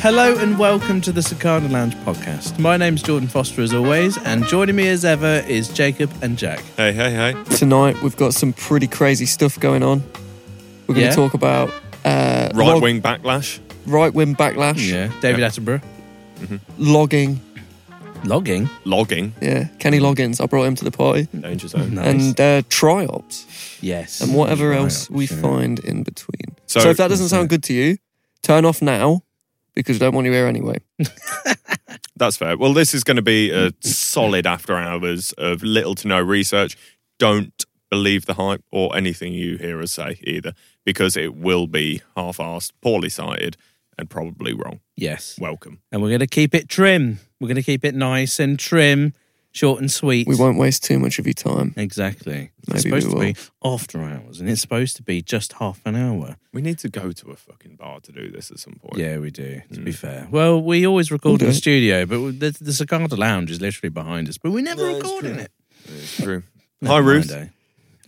Hello and welcome to the Cicada Lounge podcast. My name's Jordan Foster as always, and joining me as ever is Jacob and Jack. Hey, hey, hey. Tonight we've got some pretty crazy stuff going on. We're going Yeah? to talk about uh, Right wing backlash. right wing backlash, David Attenborough. logging. Logging? Logging. Yeah, Kenny Loggins. I brought him to the party, Danger zone. No. Mm. Nice. and uh, tryouts Yes. and whatever else we Sure. find in between. So- So, if that doesn't sound good to you, turn off now because we don't want you here anyway. That's fair. Well, this is going to be a solid after hours of little to no research. Don't believe the hype or anything you hear us say either, because it will be half assed, poorly cited, and probably wrong. Yes. Welcome. And we're going to keep it trim. We're going to keep it nice and trim, short and sweet. We won't waste too much of your time. Exactly. Maybe it's supposed we to be after hours, and it's supposed to be just half an hour. We need to go to a fucking bar to do this at some point. Yeah, we do. To be fair, well, we always record in the Mm. do it. studio, but the, the Cicada Lounge is literally behind us, but we never record in it. It's true. Never Hi, mind, Ruth. eh?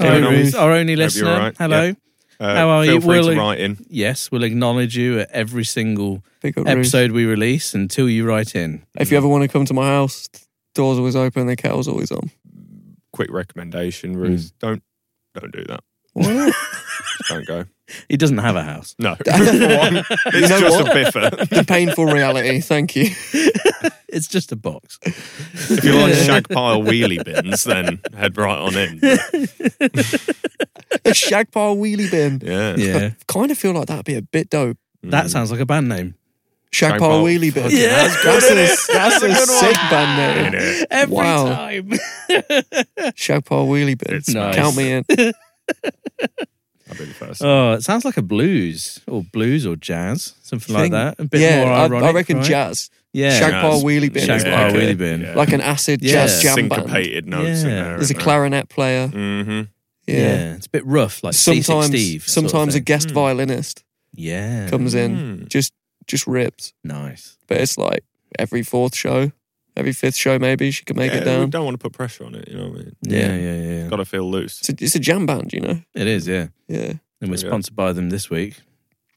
Hi, Hi, Ruth, Ruth. our only you're listener. all right. Hello. Yeah. Uh, How are feel you? Free Will- to write in. Yes, we'll acknowledge you at every single Big up, Ruth. episode we release until you write in. If you ever want to come to my house, the door's always open, the kettle's always on. Quick recommendation, Mm. Ruth. Don't don't do that. Why not? Just don't go. He doesn't have a house. No. For one, it's know just what? a biffer. the painful reality. Thank you. It's just a box. If you like shag pile wheelie bins, then head right on in. A shag pile wheelie bin. Yeah. Yeah, Mm. Kind of feel like that'd be a bit dope. that sounds like a band name. Shag Shag pile pile. wheelie bin. Yeah. that's, that's a, that's a sick band name. Innit? Every Wow. time. Shag pile wheelie bin. It's Nice. Count me in. I'll be the first. Uh, Oh, it sounds like a blues or blues or jazz, something like Thing. that. A bit yeah, more I- ironic. I, reckon right? jazz. Yeah, shag Jazz. pile wheelie bin. Shag is pile like, wheelie a, bin. Yeah. like an acid Yeah. jazz jam band. Syncopated notes Yeah. in there. There's a clarinet player. Mm-hmm. Yeah. yeah. it's a bit rough, like C6 Sometimes, Steve. sort of sometimes a thing. Hmm. guest Mm. violinist yeah, comes Hmm. in, Mm. just just rips. nice. But it's like every fourth show, every fifth show, maybe she can make Yeah, it We down. don't want to put pressure on it. You know what I mean? Yeah, Yeah. yeah, yeah. Got to feel loose. It's a, it's a jam band, you know. It is, yeah. Yeah, And we're Yeah. sponsored by them this week.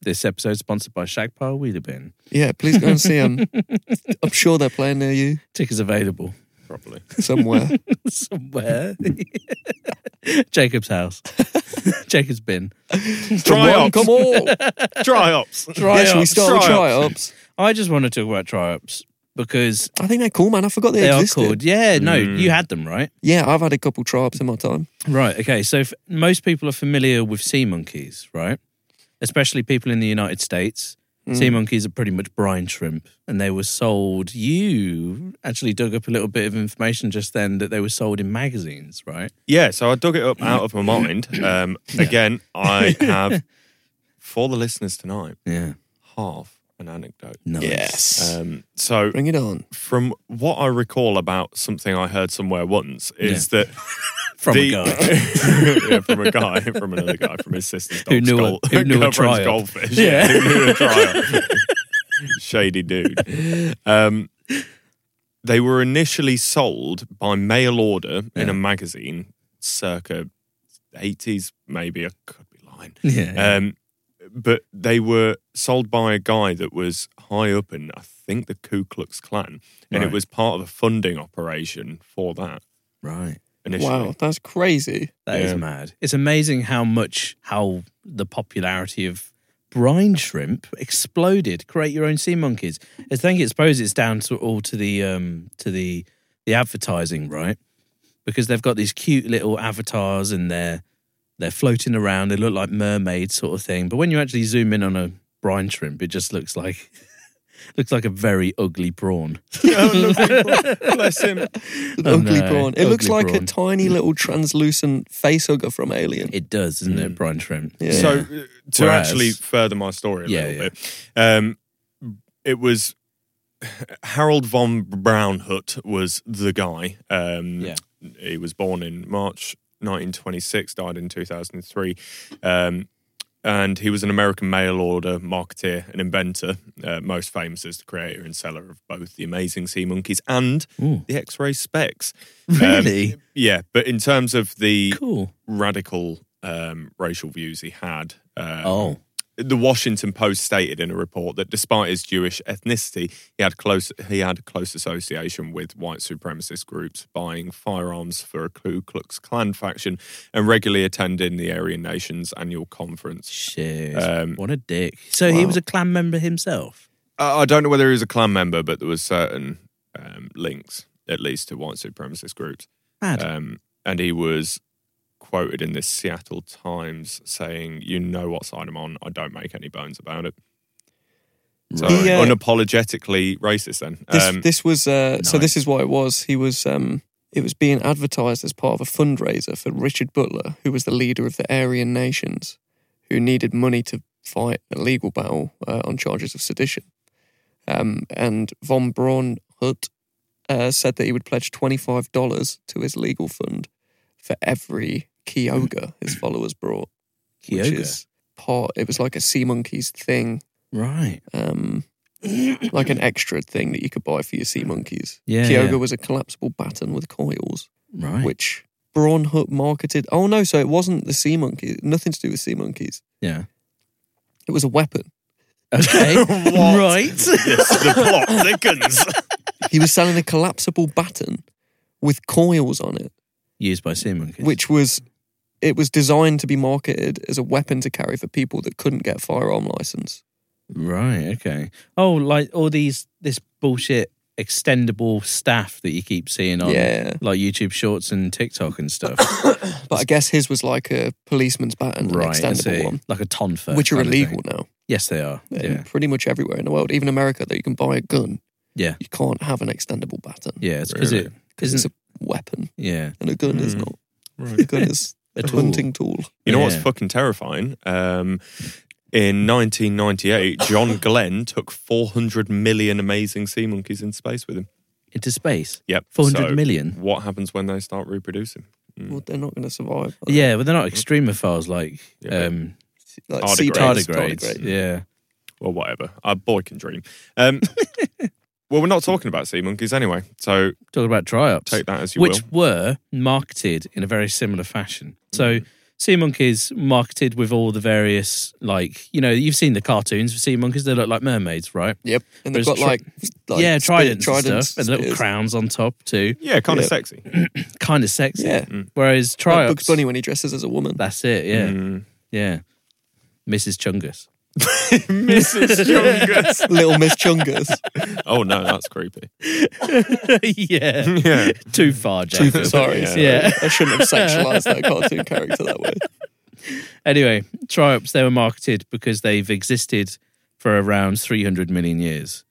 This episode's sponsored by Shagpile Wheelabin. yeah. Please go and see them. I'm sure they're playing near you Tickets available Probably. somewhere. somewhere. Jacob's house. Jacob's bin. Try on, ups. come on. Try ups. Try yeah, should we start with try Try-ups. ups? I just want to talk about try ups because I think they're cool, man. I forgot they, they are existed. called. Yeah, no, Mm. you had them, right? Yeah, I've had a couple try ups in my time. Right. Okay. So f most people are familiar with sea monkeys, right? Especially people in the United States. Mm. Sea monkeys are pretty much brine shrimp, and they were sold. You actually dug up a little bit of information just then that they were sold in magazines, right? Yeah. So I dug it up out of my mind. Um, again, I have for the listeners tonight Yeah. half an anecdote. Nice. Yes. Um, so Bring it on. from what I recall about something I heard somewhere once is that From the, a guy. yeah, from a guy, from another guy, from his sister's dog's Who knew a- gold- who knew a girlfriend's trial. goldfish. Yeah. who knew a trial. Shady dude. Um, they were initially sold by mail order in Yeah. a magazine, circa eighties, maybe. I could be lying. Yeah. Um, but they were sold by a guy that was high up in, I think, the Ku Klux Klan, and Right. it was part of a funding operation for that right. initially. Wow, that's crazy. That is Yeah. mad. It's amazing how much how the popularity of brine shrimp exploded. Create your own sea monkeys. I think it suppose it's down to all to the um to the the advertising, right? Because they've got these cute little avatars and they're they're floating around. They look like mermaids sort of thing. But when you actually zoom in on a brine shrimp, it just looks like looks like a very ugly prawn. Oh, Bless him. An Oh, ugly no. prawn. It looks Ugly like prawn. a tiny little translucent face hugger from Alien. It does, doesn't it? Brine shrimp. Mm. Yeah. So uh, to Whereas- actually further my story a Yeah, little yeah. bit, um, it was Harold von Braunhut was the guy. Um, Yeah. He was born in March 1926, died in 2003. Um, and he was an American mail order marketeer and inventor, uh, most famous as the creator and seller of both the amazing sea monkeys and Ooh. the X-ray specs. Really? Um, yeah, but in terms of the Cool. radical um, racial views he had. Um, Oh. the Washington Post stated in a report that despite his Jewish ethnicity, he had close he had close association with white supremacist groups, buying firearms for a Ku Klux Klan faction, and regularly attending the Aryan Nations annual conference. Shit. Um, what a dick. So he Wow. was a clan member himself. I I don't know whether he was a Klan member, but there was certain um, links, at least, to white supremacist groups. Mad. Um, and he was quoted in the Seattle Times saying, "You know what side I'm on. I don't make any bones about it." So Right. The, uh, unapologetically racist. Then This, um, this was uh, so. nice. This is what it was. He was. Um, it was being advertised as part of a fundraiser for Richard Butler, who was the leader of the Aryan Nations, who needed money to fight a legal battle uh, on charges of sedition. Um, and von Braunhut uh, said that he would pledge twenty five dollars to his legal fund for every kioga his followers brought, which Kyoga. is part. It was like a sea monkeys thing, right. um, like an extra thing that you could buy for your sea monkeys. Yeah, Kyoga yeah. was a collapsible baton with coils, Right. which Brawn Hut marketed. Oh no, so it wasn't the sea monkeys. Nothing to do with sea monkeys. yeah. It was a weapon. Okay. What? Right. yes, the plot thickens. He was selling a collapsible baton with coils on it, Used by sea monkeys. which was it was designed to be marketed as a weapon to carry for people that couldn't get a firearm license. Right. Okay. Oh, like all these this bullshit extendable staff that you keep seeing on Yeah. like YouTube Shorts and TikTok and stuff. But I guess his was like a policeman's baton, right. an I extendable see. one, Like a tonfa. which are kind of illegal thing. now Yes, they are. in Yeah. pretty much everywhere in the world. Even America, that you can buy a gun, Yeah. you can't have an extendable baton Yeah. It's because Really? it because it's isn't. a weapon. Yeah. and a gun is Mm. not. Right. A gun is Hmm. A a tool. hunting tool. You know what's Yeah. fucking terrifying? Um, in 1998, John Glenn took 400 million amazing sea monkeys in space with him. Into space. Yep. Four hundred million. What happens when they start reproducing? Well, they're not going to survive. Hmm. Yeah, but they're not extremophiles like Yeah. um, like Tardigrades. sea bass, tardigrades. tardigrade. Yeah. Well, whatever. A boy can dream. Um, well, we're not talking about sea monkeys anyway, so Talking about triops. take that as you which will. were marketed in a very similar fashion. So sea monkeys marketed with all the various like you know you've seen the cartoons of sea monkeys they look like mermaids right Yep, and they've Whereas got tri- like, like yeah spear- tridents, and tridents, stuff and little spears. crowns on top too Yeah, kind of Yeah. sexy. kind of sexy Yeah, whereas like triops Bugs Bunny when he dresses as a woman. that's it yeah Mm. yeah Mrs Chungus Mrs. Chungus. Little Miss Chungus. oh, no, that's creepy. yeah Yeah. too far Jack Sorry, Yeah. yeah I shouldn't have sexualized that cartoon character that way. anyway triops they were marketed because they've existed for around 300 million years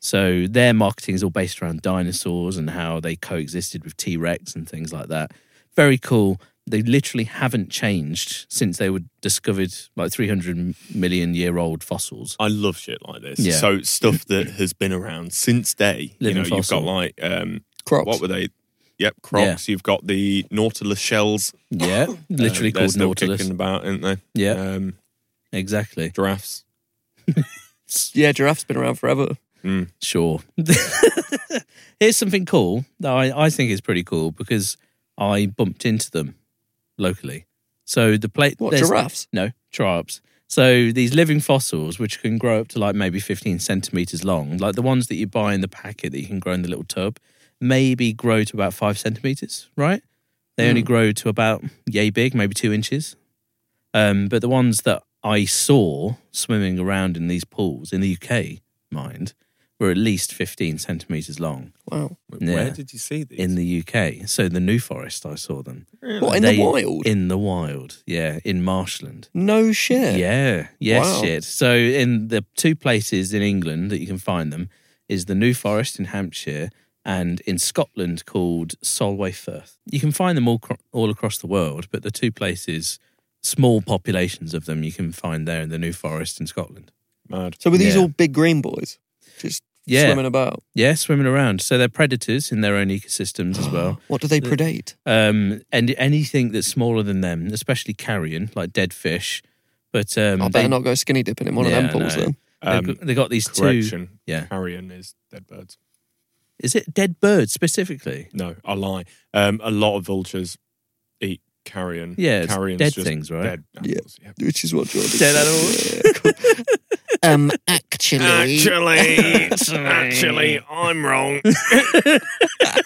so their marketing is all based around dinosaurs and how they coexisted with t-rex and things like that very cool they literally haven't changed since they were discovered like 300 million year old fossils I love shit like this. Yeah. So stuff that has been around since day. Living you know, fossil. you've got like um, Crocs. what were they? Yep, Crocs. You've got the Nautilus shells. yeah literally Um, they're called still nautilus kicking about, aren't they? Yeah. Um, exactly giraffes. Yeah, giraffe's been around forever. Sure. Here's something cool that I, I think is pretty cool because I bumped into them locally. So the plate. What, there's- giraffes? No, triops. So these living fossils, which can grow up to like maybe 15 centimeters long, like the ones that you buy in the packet that you can grow in the little tub, maybe grow to about five centimeters, right? They Hmm. only grow to about yay big, maybe two inches. Um, but the ones that I saw swimming around in these pools in the UK, mind, were at least 15 centimeters long Wow. Yeah. Where did you see these? in the UK. So the New Forest, I saw them. What in They- the wild? In the wild, yeah, in marshland. no shit. Yeah. Yes, Wow. shit. So in the two places in England that you can find them is the New Forest in Hampshire and in Scotland called Solway Firth. You can find them all cro- all across the world, but the two places small populations of them you can find there in the New Forest in Scotland. Mad. So were these Yeah. all big green boys just Yeah. swimming about? Yeah, swimming around. So they're predators in their own ecosystems as well. What do they predate? Um, and anything that's smaller than them, especially carrion, like dead fish. But um, I better not go skinny dipping in one Yeah, of them pools no. then. they've, Um, got, they've got these two. correction. Yeah. Carrion is dead birds. Is it dead birds specifically? No, I lie. Um, a lot of vultures eat carrion. Yeah, it's Carrion's dead just things, right? Dead Yeah. animals. Yeah. which is what Jordan Dead um, actually, Actually, actually, I'm wrong.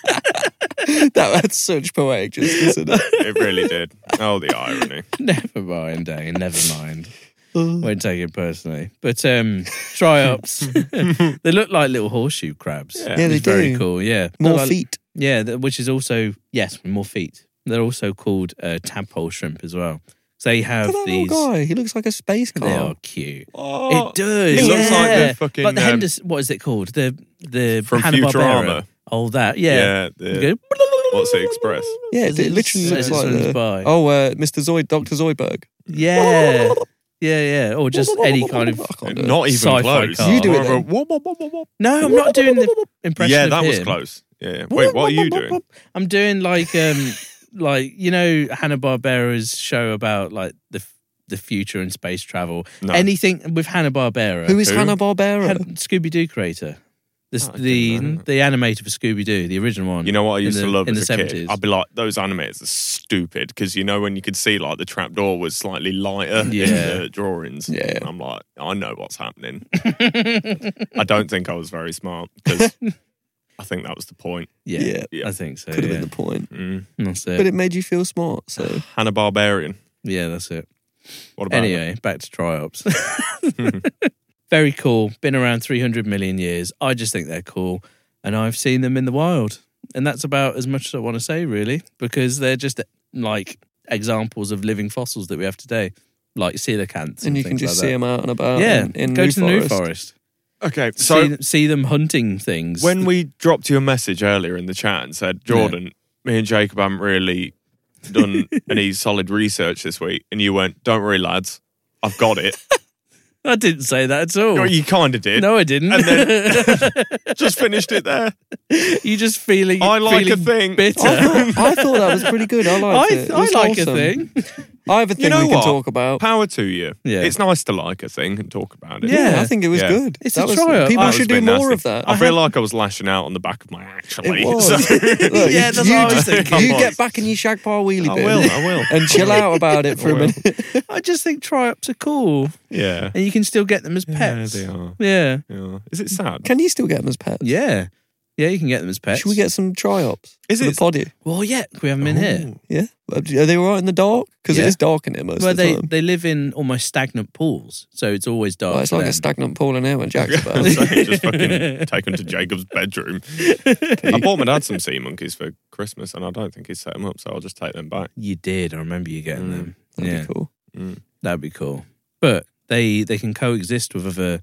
that had such poetic justice in it. It really did. Oh, the irony. Never mind, Dane. Never mind. Uh, Won't take it personally. But um triops, they look like little horseshoe crabs. Yeah. Yeah, they It's very do. cool. Yeah, They're More like- feet. Yeah, th- which is also yes, more feet. They're also called uh, tadpole shrimp as well. So they have Look at that these. little guy. He looks like a space They car. are cute. Oh, it does. It looks like yeah. the fucking, Like the um, Henderson. What is it called? The the From Hanna-Barbera. Futurama. All that. yeah. Yeah. You the- go- what's it express? Yeah, it, it literally As looks it like swims the. by. Oh, uh, Mr. Zoid, Dr. Zoidberg. Yeah. Yeah, yeah. Or just any kind of. I can't do it. Not even Sci-fi close. car. You do it More of a then. whoop, whoop, whoop, whoop, whoop. No, I'm not doing the impression. Yeah, of that was him. close. Yeah. Wait, what are you doing? I'm doing like um like you know Hanna Barbera's show about like the f- the future and space travel. No. Anything with Hanna Barbera. Who is Who? Hanna Barbera? Scooby Doo creator? This, Oh, I the didn't know that. the animator for Scooby Doo, the original one. You know what I in used the- to love in as the a 70s. kid? I'd be like, those animators are stupid because you know when you could see like the trapdoor was slightly lighter Yeah. in the drawings. Yeah. And I'm like, I know what's happening. I don't think I was very smart because I think that was the point. yeah, Yeah. I think so. Could have yeah. been the point. Mm. That's it. But it made you feel smart, so. Hanna Barbarian. yeah, that's it. What about Anyway, back to triops. Very cool. Been around 300 million years. I just think they're cool. And I've seen them in the wild. And that's about as much as I want to say, really, because they're just like examples of living fossils that we have today, like coelacanths. And, And you can things just like see that. him out and about Yeah, in, in go New to the Forest. New Forest. that? Okay, so see, see them hunting things. when we dropped you a message earlier in the chat and said, Jordan, me and Jacob haven't really done any solid research this week, and you went, don't worry, lads, I've got it. I didn't say that at all. Well, you kind of did. no, I didn't. And Just finished it there. you just feeling. I like a feeling thing. I Bitter. thought, I thought that was pretty good. I I, liked it. It I was like a wholesome. thing. I have a thing know we can what? talk about. Power to you. Yeah. It's nice to like a thing and talk about it. Yeah. I think it was Yeah. good. It's That a was- trial. People That It's should do been more nasty. of that. I, feel like I was lashing out on the back of my actually. It was. So- Look, Yeah, that's you, what I was just- thinking. you Come on. get back in your shag pile wheelie I bin will. I will. and chill out about it for a will. minute. I just think triops are cool, Yeah. and you can still get them as pets. Yeah, they are. Yeah. Yeah. Is it sad? Can you still get them as pets? Yeah. Yeah, you can get them as pets. Should we get some try-ups? Is for it- the poddy? Well, yeah, we have them in here. Ooh. Yeah. Are they all right in the dark? Because Yeah. it is dark in here most Well, of the they, time. they live in almost stagnant pools, so it's always dark. Oh, it's for like a them. stagnant pool in here when Jack's about. So you just fucking take them to Jacob's bedroom. I bought my dad some sea monkeys for Christmas, and I don't think he's set them up, so I'll just take them back. you did. I remember you getting Mm, them. That'd yeah, be cool. that'd be cool. But they they can coexist with other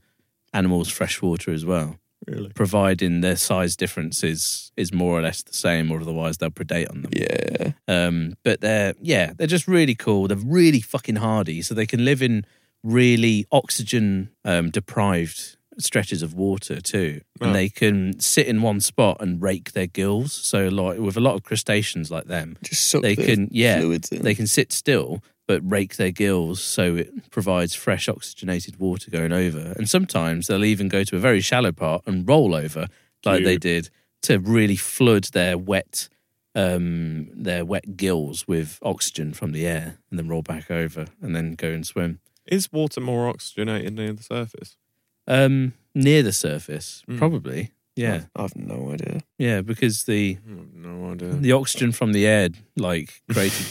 animals, freshwater as well, Really? providing their size difference is is more or less the same, or otherwise they'll predate on them. Yeah. Um, but they're yeah, they're just really cool. They're really fucking hardy, so they can live in really oxygen um, deprived stretches of water too, Wow. and they can sit in one spot and rake their gills. So like with a lot of crustaceans like them, Just suck they the can yeah, fluids in. they can sit still but rake their gills so it provides fresh oxygenated water going over. And sometimes they'll even go to a very shallow part and roll over like they Cute. did to really flood their wet um their wet gills with oxygen from the air and then roll back over and then go and swim. Is water more oxygenated near the surface? Um near the surface Mm. probably. Yeah. I have no idea. Yeah, because the I have no idea. the oxygen from the air like created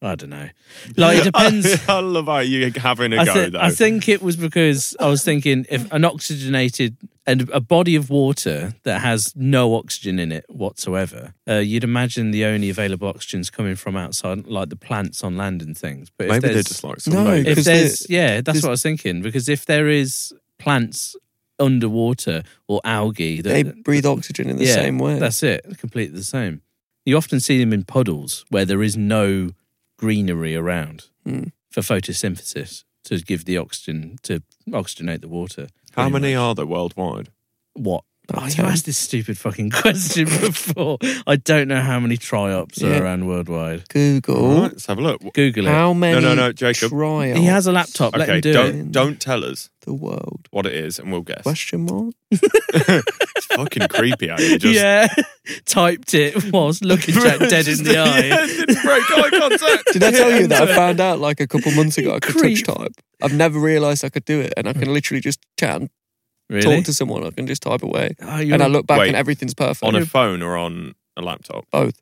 I don't know. Like it depends I, love how you having a I, go thi- though. I think it was because I was thinking if an oxygenated and a body of water that has no oxygen in it whatsoever, uh, you'd imagine the only available oxygen's coming from outside, like the plants on land and things. But if Maybe they're there's- just like No, sunbathing. if Because there's they- yeah, that's there's- what I was thinking. Because if there is plants underwater or algae, that, They breathe oxygen in the yeah, same way. That's it, completely the same. You often see them in puddles where there is no greenery around Mm. for photosynthesis to give the oxygen to oxygenate the water. How Pretty many much. are there worldwide? What? About Oh, you 10. asked this stupid fucking question before. I don't know how many triops Yeah. are around worldwide. Google. All right, let's have a look. Google it. How many no, no, Jacob. tryouts He has a laptop. Let okay, him do not it. don't tell us the world? what it is, and we'll guess. Question mark? fucking creepy how you just yeah, typed it whilst looking Jack dead in the eye. Yeah, didn't break eye contact. Did I tell you that I found out like a couple months ago I could Creep. Hmm. touch type? I've never realised I could do it, and I can literally just chat and Really? talk to someone. I can just type away, Oh, and you're, I look back Wait. and everything's perfect. on a phone or on a laptop? both,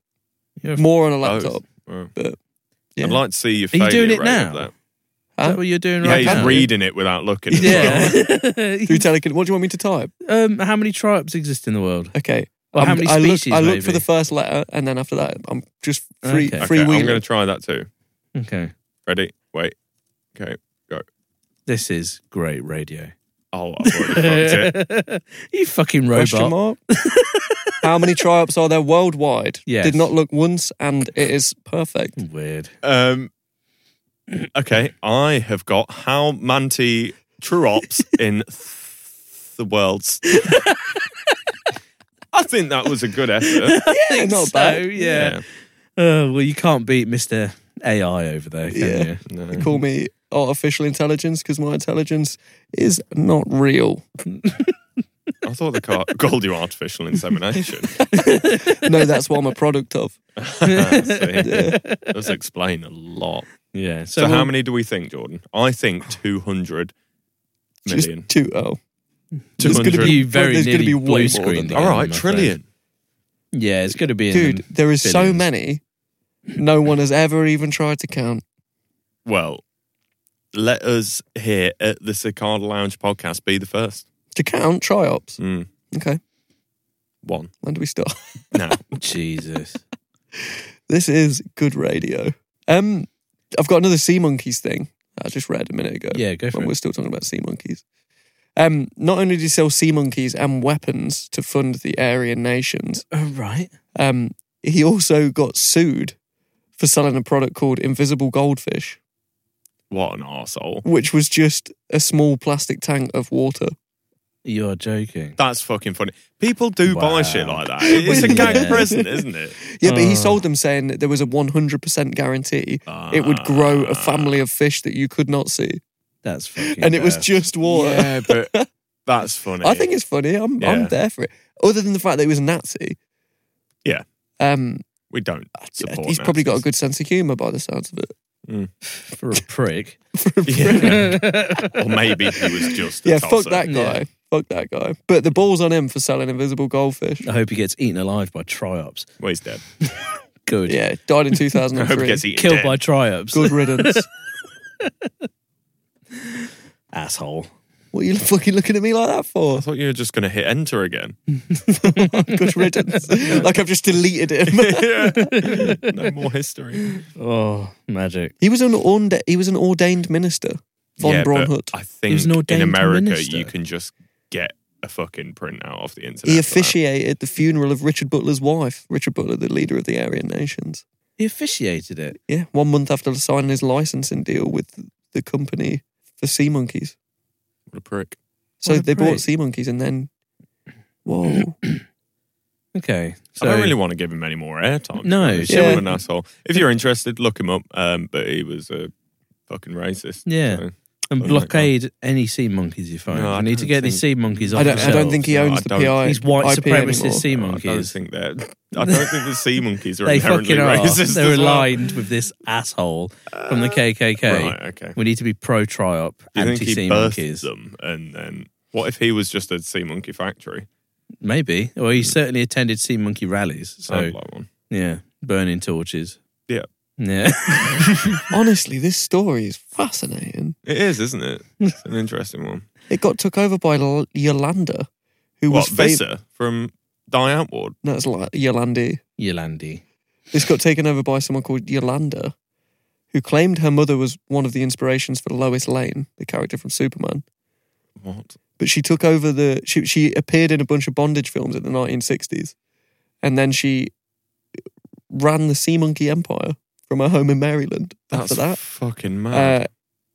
you're a- more on a Both. laptop. Oh. but, yeah. I'd like to see your. Are you failure doing it rate of now? that. Is that what you're doing Yeah, right he's now? reading it without looking. as well. Yeah. Through telecon, what do you want me to type? um, how many tribes exist in the world? Okay, Or how I'm- many I look- species? I look, maybe? for the first letter, and then after that, I'm just free, Okay. free okay, I'm wheeling. going to try that too. Okay. Ready? Wait. Okay. This is great radio. Oh, I've already fucked it. you fucking Question robot. mark. How many triops are there worldwide? Yes. Did not look once, and it is perfect. Weird. Um, okay, I have got how Manti Truops in th- the worlds. I think that was a good effort. Yeah, not So, bad. yeah. Uh, well, you can't beat Mr. AI over there, can Yeah. you? No. Call me artificial intelligence because my intelligence is not real. I thought they ca- called you artificial insemination. No, that's what I'm a product of. I Uh, see. Does explain a lot. Yeah. So, So, how we'll- many do we think, Jordan? I think 200 Just million. two oh. It's going to 200. be very There's gonna nearly be way blue more screen. than that. All right, trillion. Yeah, it's going to be in Dude, them. there is so billions. many. No one has ever even tried to count. Well, let us here at the Cicada Lounge podcast be the first. To count triops. Mm, Okay, one. when do we start? No. Jesus. This is good radio. Um, I've got another sea monkeys thing that I just read a minute ago. Yeah, go for when it. we're still talking about sea monkeys. Um, not only did he sell sea monkeys and weapons to fund the Aryan nations, All right. um, he also got sued for selling a product called Invisible Goldfish, What an arsehole. which was just a small plastic tank of water. You're joking. That's fucking funny. People do Wow. buy shit like that. It's a gag Yeah. present, isn't it? Yeah, but Oh. he sold them saying that there was a 100% guarantee it would grow a family of fish that you could not see. That's fucking. And it was bad. just water. Yeah, but Ah. that's funny. I think it's funny. I'm I'm Yeah. there for it. Other than the fact that he was a Nazi. Yeah. Um, we don't yeah, support. he's probably got a good sense of humour by the sounds of it. for a prick. Nazis. Yeah. or maybe he was just. A yeah, tosser. fuck that guy. Fuck that guy. But the ball's on him for selling invisible goldfish. I hope he gets eaten alive by triops. Well, he's dead. Good. Yeah, died in I hope he gets 2003. eaten. Killed dead. by triops. Good riddance. Asshole. what are you fucking looking at me like that I for? thought you were just going to hit enter again. Good riddance. like I've just deleted him. yeah. No more history. Oh, magic. he was an ordained, he was an ordained minister. Von yeah, but Braunhut. I was think an in ordained America minister. you can just get a fucking print out off the internet. He for that. officiated the funeral of Richard Butler's wife, Richard Butler, the leader of the Aryan Nations. He officiated it. Yeah, one month after signing his licensing deal with the company for sea monkeys. What a prick. So What a they prick. bought sea monkeys and then, whoa, Okay. So I don't really want to give him any more airtime. No, he's yeah. an asshole. If you're interested, look him up. Um, but he was a fucking racist. Yeah. So, and Something like blockade any sea monkeys you find. No, I I need to don't get these think- sea monkeys off. I don't, I don't think he No, owns I the don't. PI. He's white IP supremacist anymore. sea I don't monkeys. think that. I don't think the sea monkeys are They inherently fucking are. racist. They're as well. Uh, aligned with this asshole from the KKK. Right. Okay. We need to be pro triop, Do you anti think he sea birthed monkeys. them and then? What if he was just a sea monkey factory? Maybe. Well, he certainly attended sea monkey rallies. So, Sounds Hmm. like one. yeah, burning torches. Yeah. Yeah. Honestly, this story is fascinating. It is, isn't it? It's an interesting one. It got took over by L- Yolanda, who What was famous. Visser from Die Outward? No, it's like Yolandi. Yolandi. This got taken over by someone called Yolanda, who claimed her mother was one of the inspirations for Lois Lane, the character from Superman. What? but she took over the she she appeared in a bunch of bondage films in the 1960s and then she ran the sea monkey empire from her home in maryland That's after that fucking mad. uh,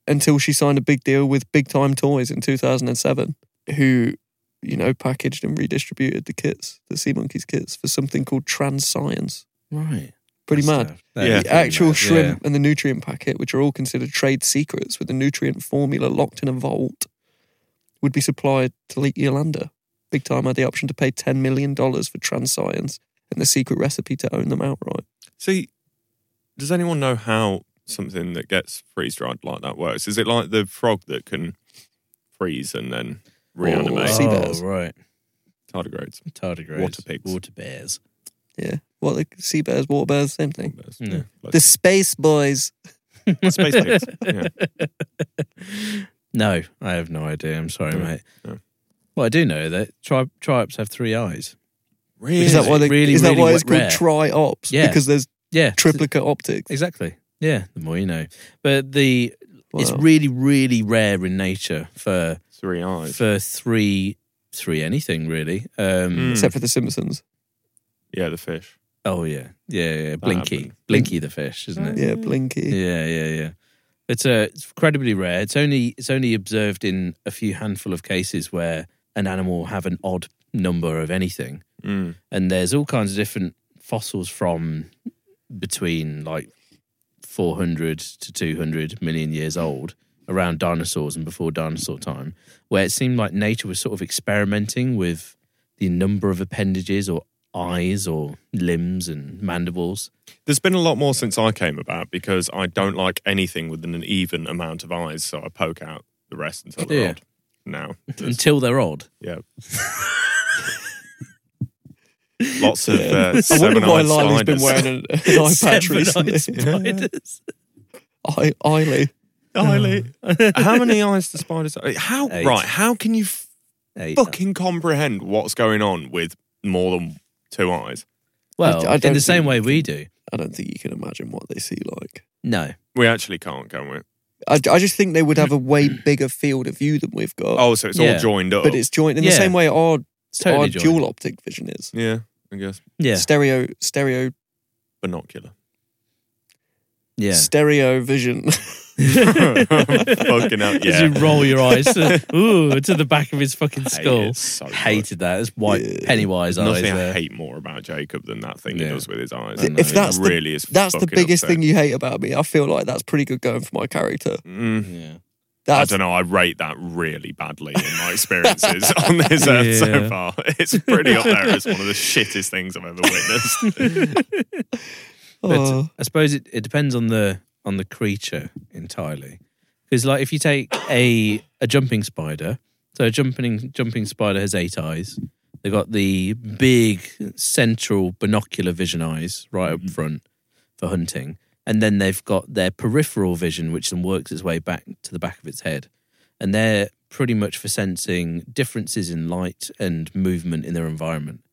until she signed a big deal with big time toys in 2007 who you know packaged and redistributed the kits the sea monkeys kits for something called trans science Right. pretty That's mad tough. That Yeah. is the pretty actual mad, shrimp and the nutrient packet which are all considered trade secrets with the nutrient formula locked in a vault would be supplied to Yolanda Big Time had the option to pay $10 million for trans science and the secret recipe to own them outright. See, does anyone know how something that gets freeze dried like that works? Is it like the frog that can freeze and then reanimate Sea bears. Oh, right. tardigrades? Tardigrades. Water pigs. Water bears. Yeah. Well, the sea bears, water bears, same thing. Yeah. Like The Space Boys. space pigs. Yeah. No, I have no idea. I'm sorry, No, mate. no. Well, I do know that tri- triops have three eyes. Really? Is Is that why, it they, really, is that really why it's wet- called Tri Ops? Yeah. Because there's Yeah, triplicate optics. exactly. Yeah, the more you know. But the it's Wow. really, really rare in nature for Three eyes. for three three anything really. Um, Mm. Except for The Simpsons. Yeah, the fish. Oh yeah, yeah, yeah. Ah, Blinky, happened. Blinky the fish, isn't it? Hmm. Yeah, Blinky. Yeah, yeah, yeah. It's uh, it's incredibly rare. It's only it's only observed in a few handful of cases where an animal will have an odd number of anything. Mm. and there's all kinds of different fossils from between like 400 to 200 million years old around dinosaurs and before dinosaur time where it seemed like nature was sort of experimenting with the number of appendages or eyes or limbs and mandibles There's been a lot more since I came about because I don't like anything with an even amount of eyes, so I poke out the rest until they're Yeah. odd. Now, until they're odd yeah. Lots of uh, I wonder why seven-eyed Lily's been spiders. wearing an, an eye patch recently. Seven-eyed spiders. I, Eily. Oh, Lily, how many eyes do spiders? How Eight. right? How can you Eight. fucking comprehend what's going on with more than two eyes? well I- I in don't the same think- way we do I don't think you can imagine what they see like. no We actually can't, can we? I, I just think they would have a way Mm. bigger field of view than we've got. Oh, so it's Yeah. all joined up. but it's joint in Yeah. the same way our, it's totally our joined. dual optic vision is. yeah, I guess yeah Stereo, stereo, binocular. yeah stereo vision. Fucking hell, As yeah. you roll your eyes to, ooh, to the back of his fucking skull. it so much. Hated that. It's white Yeah. Pennywise eyes Nothing I there. hate more about Jacob than that thing Yeah. he does with his eyes. I know. If It that's the- really is That's the fucking biggest upsetting. thing you hate about me. I feel like that's pretty good going for my character. Mm, Yeah. I That's, don't know. I rate that really badly in my experiences on this earth Yeah. so far. It's pretty up there. It's one of the shittest things I've ever witnessed. But oh, I suppose it, it depends on the on the creature entirely. Because like if you take a a jumping spider, so a jumping jumping spider has eight eyes. They've got the big central binocular vision eyes right Mm-hmm. up front for hunting. And then they've got their peripheral vision, which then works its way back to the back of its head. And they're pretty much for sensing differences in light and movement in their environment.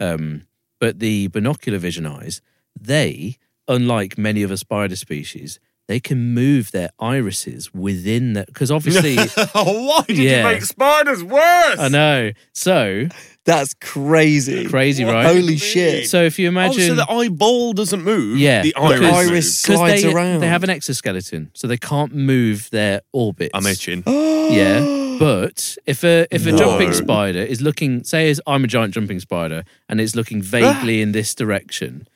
Um, but the binocular vision eyes, they, unlike many other spider species, they can move their irises within that. Because obviously, oh, why did Yeah. you make spiders worse? I know. So that's crazy. crazy, What? right? Holy shit. So if you Oh, so imagine, the eyeball doesn't move. Yeah. the Because- iris. Iris- moves. because they slides around. they have an exoskeleton, so they can't move their orbits. I'm itching. Yeah, but if a if a No. jumping spider is looking, say, as I'm a giant jumping spider, and it's looking vaguely in this direction,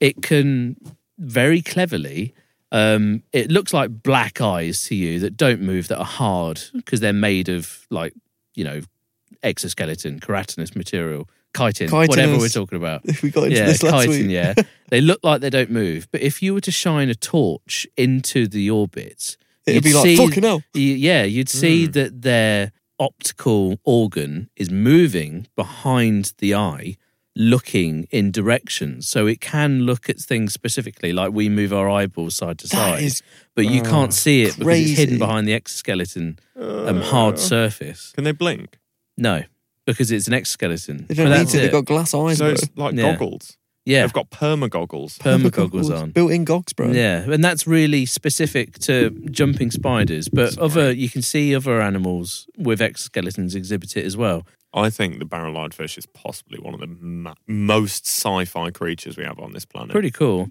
it can very cleverly. Um, it looks like black eyes to you that don't move that are hard because they're made of like you know exoskeleton, keratinous material, chitin, whatever Chitinous. we're talking about we got into yeah, this last chitin, week. yeah. They look like they don't move, but if you were to shine a torch into the orbits, It'd you'd be like, see- fucking hell. y- yeah, you'd see that their optical organ is moving behind the eye, looking in directions. So it can look at things specifically, like we move our eyeballs side to That side, is Oh, but you can't see it because it's hidden crazy. behind the exoskeleton um, hard surface. Can they blink? No, because it's an exoskeleton. They But don't need that's to. They've it. got glass eyes, So bro. it's like Yeah. goggles. yeah, They've got perma goggles. perma goggles on. Built-in gogs, bro. Yeah, and that's really specific to jumping spiders, but other you can see other animals with exoskeletons exhibit it as well. I think the barrel-eyed fish is possibly one of the ma- most sci-fi creatures we have on this planet. Pretty cool.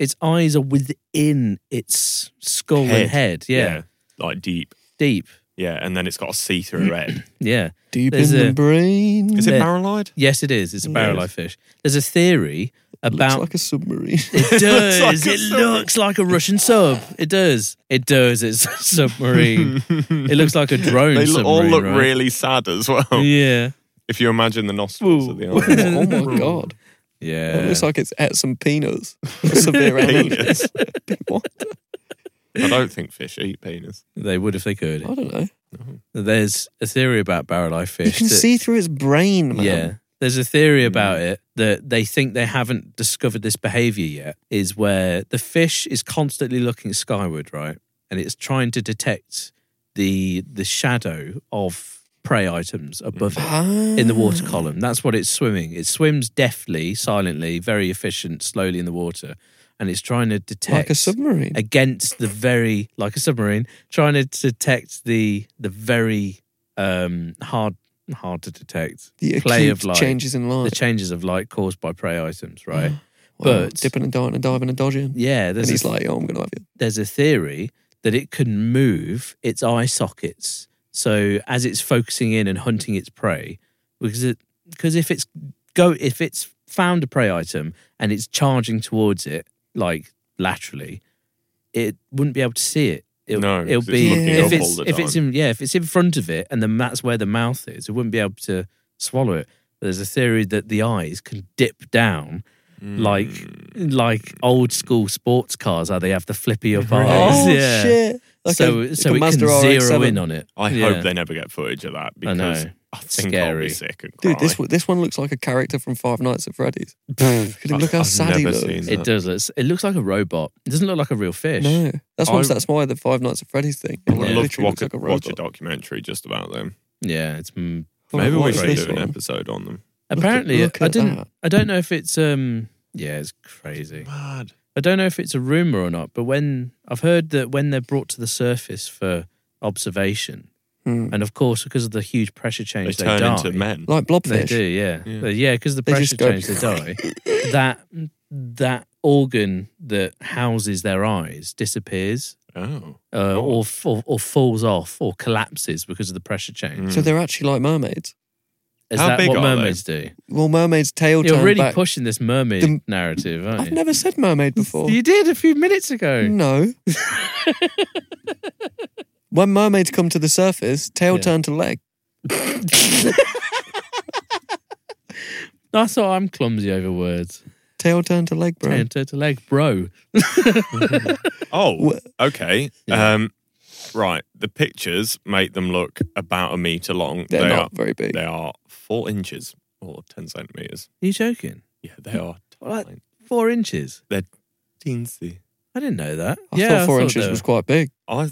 Its eyes are within its skull Head. and head. Yeah, like deep. deep. Yeah, and then it's got a see-through head. Yeah. Deep There's in a- the brain. Is it Yeah. barrel-eyed? Yes, it is. It's a barrel eye fish. There's a theory Looks about like a submarine. it does. like a it sub- looks like a Russian sub. It does. It does. It's a submarine. it looks like a drone. They look- all submarine, look right? really sad as well. Yeah. If you imagine the nostrils Ooh. of the eye. Oh my god! It Yeah. looks like it's ate some peanuts. A severe allergy. Penis. What? I don't think fish eat penis. They would if they could. I don't know. There's a theory about barrel life You fish. can that- see Hmm. through its brain, man. Yeah. There's a theory about it that they think they haven't discovered this behavior yet, is where the fish is constantly looking skyward, right? And it's trying to detect the the shadow of prey items above it Ah. in the water Hmm. column. That's what it's swimming. It swims deftly, silently, very efficient, slowly in the water. And it's trying to detect like a submarine. against the very like a submarine trying to detect the the very um hard hard to detect the acute play of light changes in the light. changes of light caused by prey items right Wow, but- dipping and diving and diving and dodging. yeah and there's he's a, like, "Oh, I'm gonna have you." there's a theory that it can move its eye sockets so as it's focusing in and hunting its prey because it because if it's go if it's found a prey item and it's charging towards it like laterally it wouldn't be able to see it It'll- No, it'll 'cause it's be looking if up it's all the if it's in yeah if it's in front of it and then that's where the mouth is it wouldn't be able to swallow it but there's a theory that the eyes can dip down like Hmm. like old school sports cars how they have the flippy up eyes Oh yeah shit! Like so a, so like a it Mazda can zero RX-7. in on it I Yeah. hope they never get footage of that I know. because I, think I'll Scary. be sick and cry. Dude, this one, this one looks like a character from Five Nights at Freddy's. Could it- look how I've sad he never looks. seen it does look- it looks like a robot it doesn't look like a real fish No, that's why. I- That's why the Five Nights at Freddy's thing. I would It Yeah. love literally to walk looks like a watch a robot. documentary just about them. yeah it's mm, Oh, Maybe we watch should this do an one. episode on them. at- apparently look I at didn't that. I don't know if it's um yeah it's crazy Mad. I don't know if it's a rumor or not, but when I've heard that when they're brought to the surface for observation, Hmm. and of course because of the huge pressure They, change, they, turn die. into men. Like They blobfish. do, yeah, Yeah. They- yeah, because the They pressure just go- change, they die. that that organ that houses their eyes disappears, oh. uh, Oh. or, f- or or falls off, or collapses because of the pressure change. Mm. So they're actually like mermaids. Is How that big what are they? mermaids do? Well, mermaids tail You're turned really back. pushing this mermaid The- narrative, aren't I've you? never Mm. said mermaid before. You did a few minutes ago. No. when mermaids come to the surface, tail Yeah. turned to leg. I thought I'm clumsy over words. Tail turned to leg, bro. Turn turtle leg, bro. Oh, Wha- okay. Yeah. Um, right. The pictures make them look about a meter long. They're They not are- very big. They are four inches or 10 centimeters. Are you joking? Yeah, they are. What? tiny. Four inches? They're teensy. I didn't know that. I yeah, thought four I inches they was quite big. I,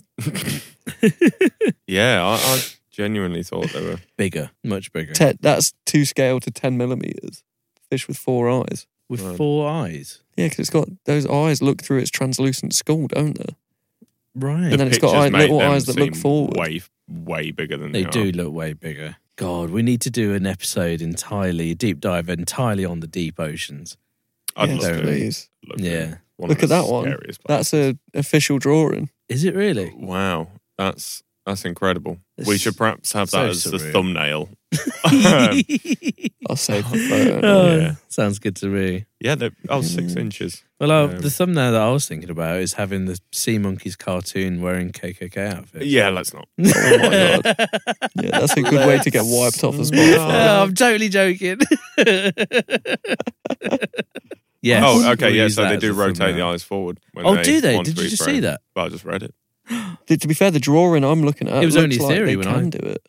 yeah, I, I genuinely thought they were. were bigger, much bigger, Te- that's two scale to 10 millimeters. Fish with four eyes. with Right. four eyes. Yeah, because it's got those eyes look through its translucent skull, don't they? Right. The then it's got pictures eye- make little them eyes that look seem forward. Way, way bigger than they they, do look way bigger. God, we need to do an episode entirely, a deep dive entirely on the deep oceans. Are. I'd yes, love to please. look at Yeah. one Look of at the that one. scariest That's places. a official drawing. Is it really? Wow, that's that's incredible. we It's should perhaps have so that as the surreal. thumbnail. I'll save the photo. Oh, Yeah. Sounds good to me. Yeah, they're oh six inches. Well, uh, Um, the thumbnail that I was thinking about is having the Sea Monkeys cartoon wearing KKK outfit. Yeah, let's not. Oh my god. Yeah, that's a good way to get wiped off the Spotify. Oh, I'm totally joking. yeah. Oh, okay, yeah. Use So that they as do a rotate the thumbnail. eyes forward. When Oh, do they? want Did to you be just framed. see that? But I just read it. Th- To be fair, the drawing I'm looking at It was looks only like theory they when can I- do it.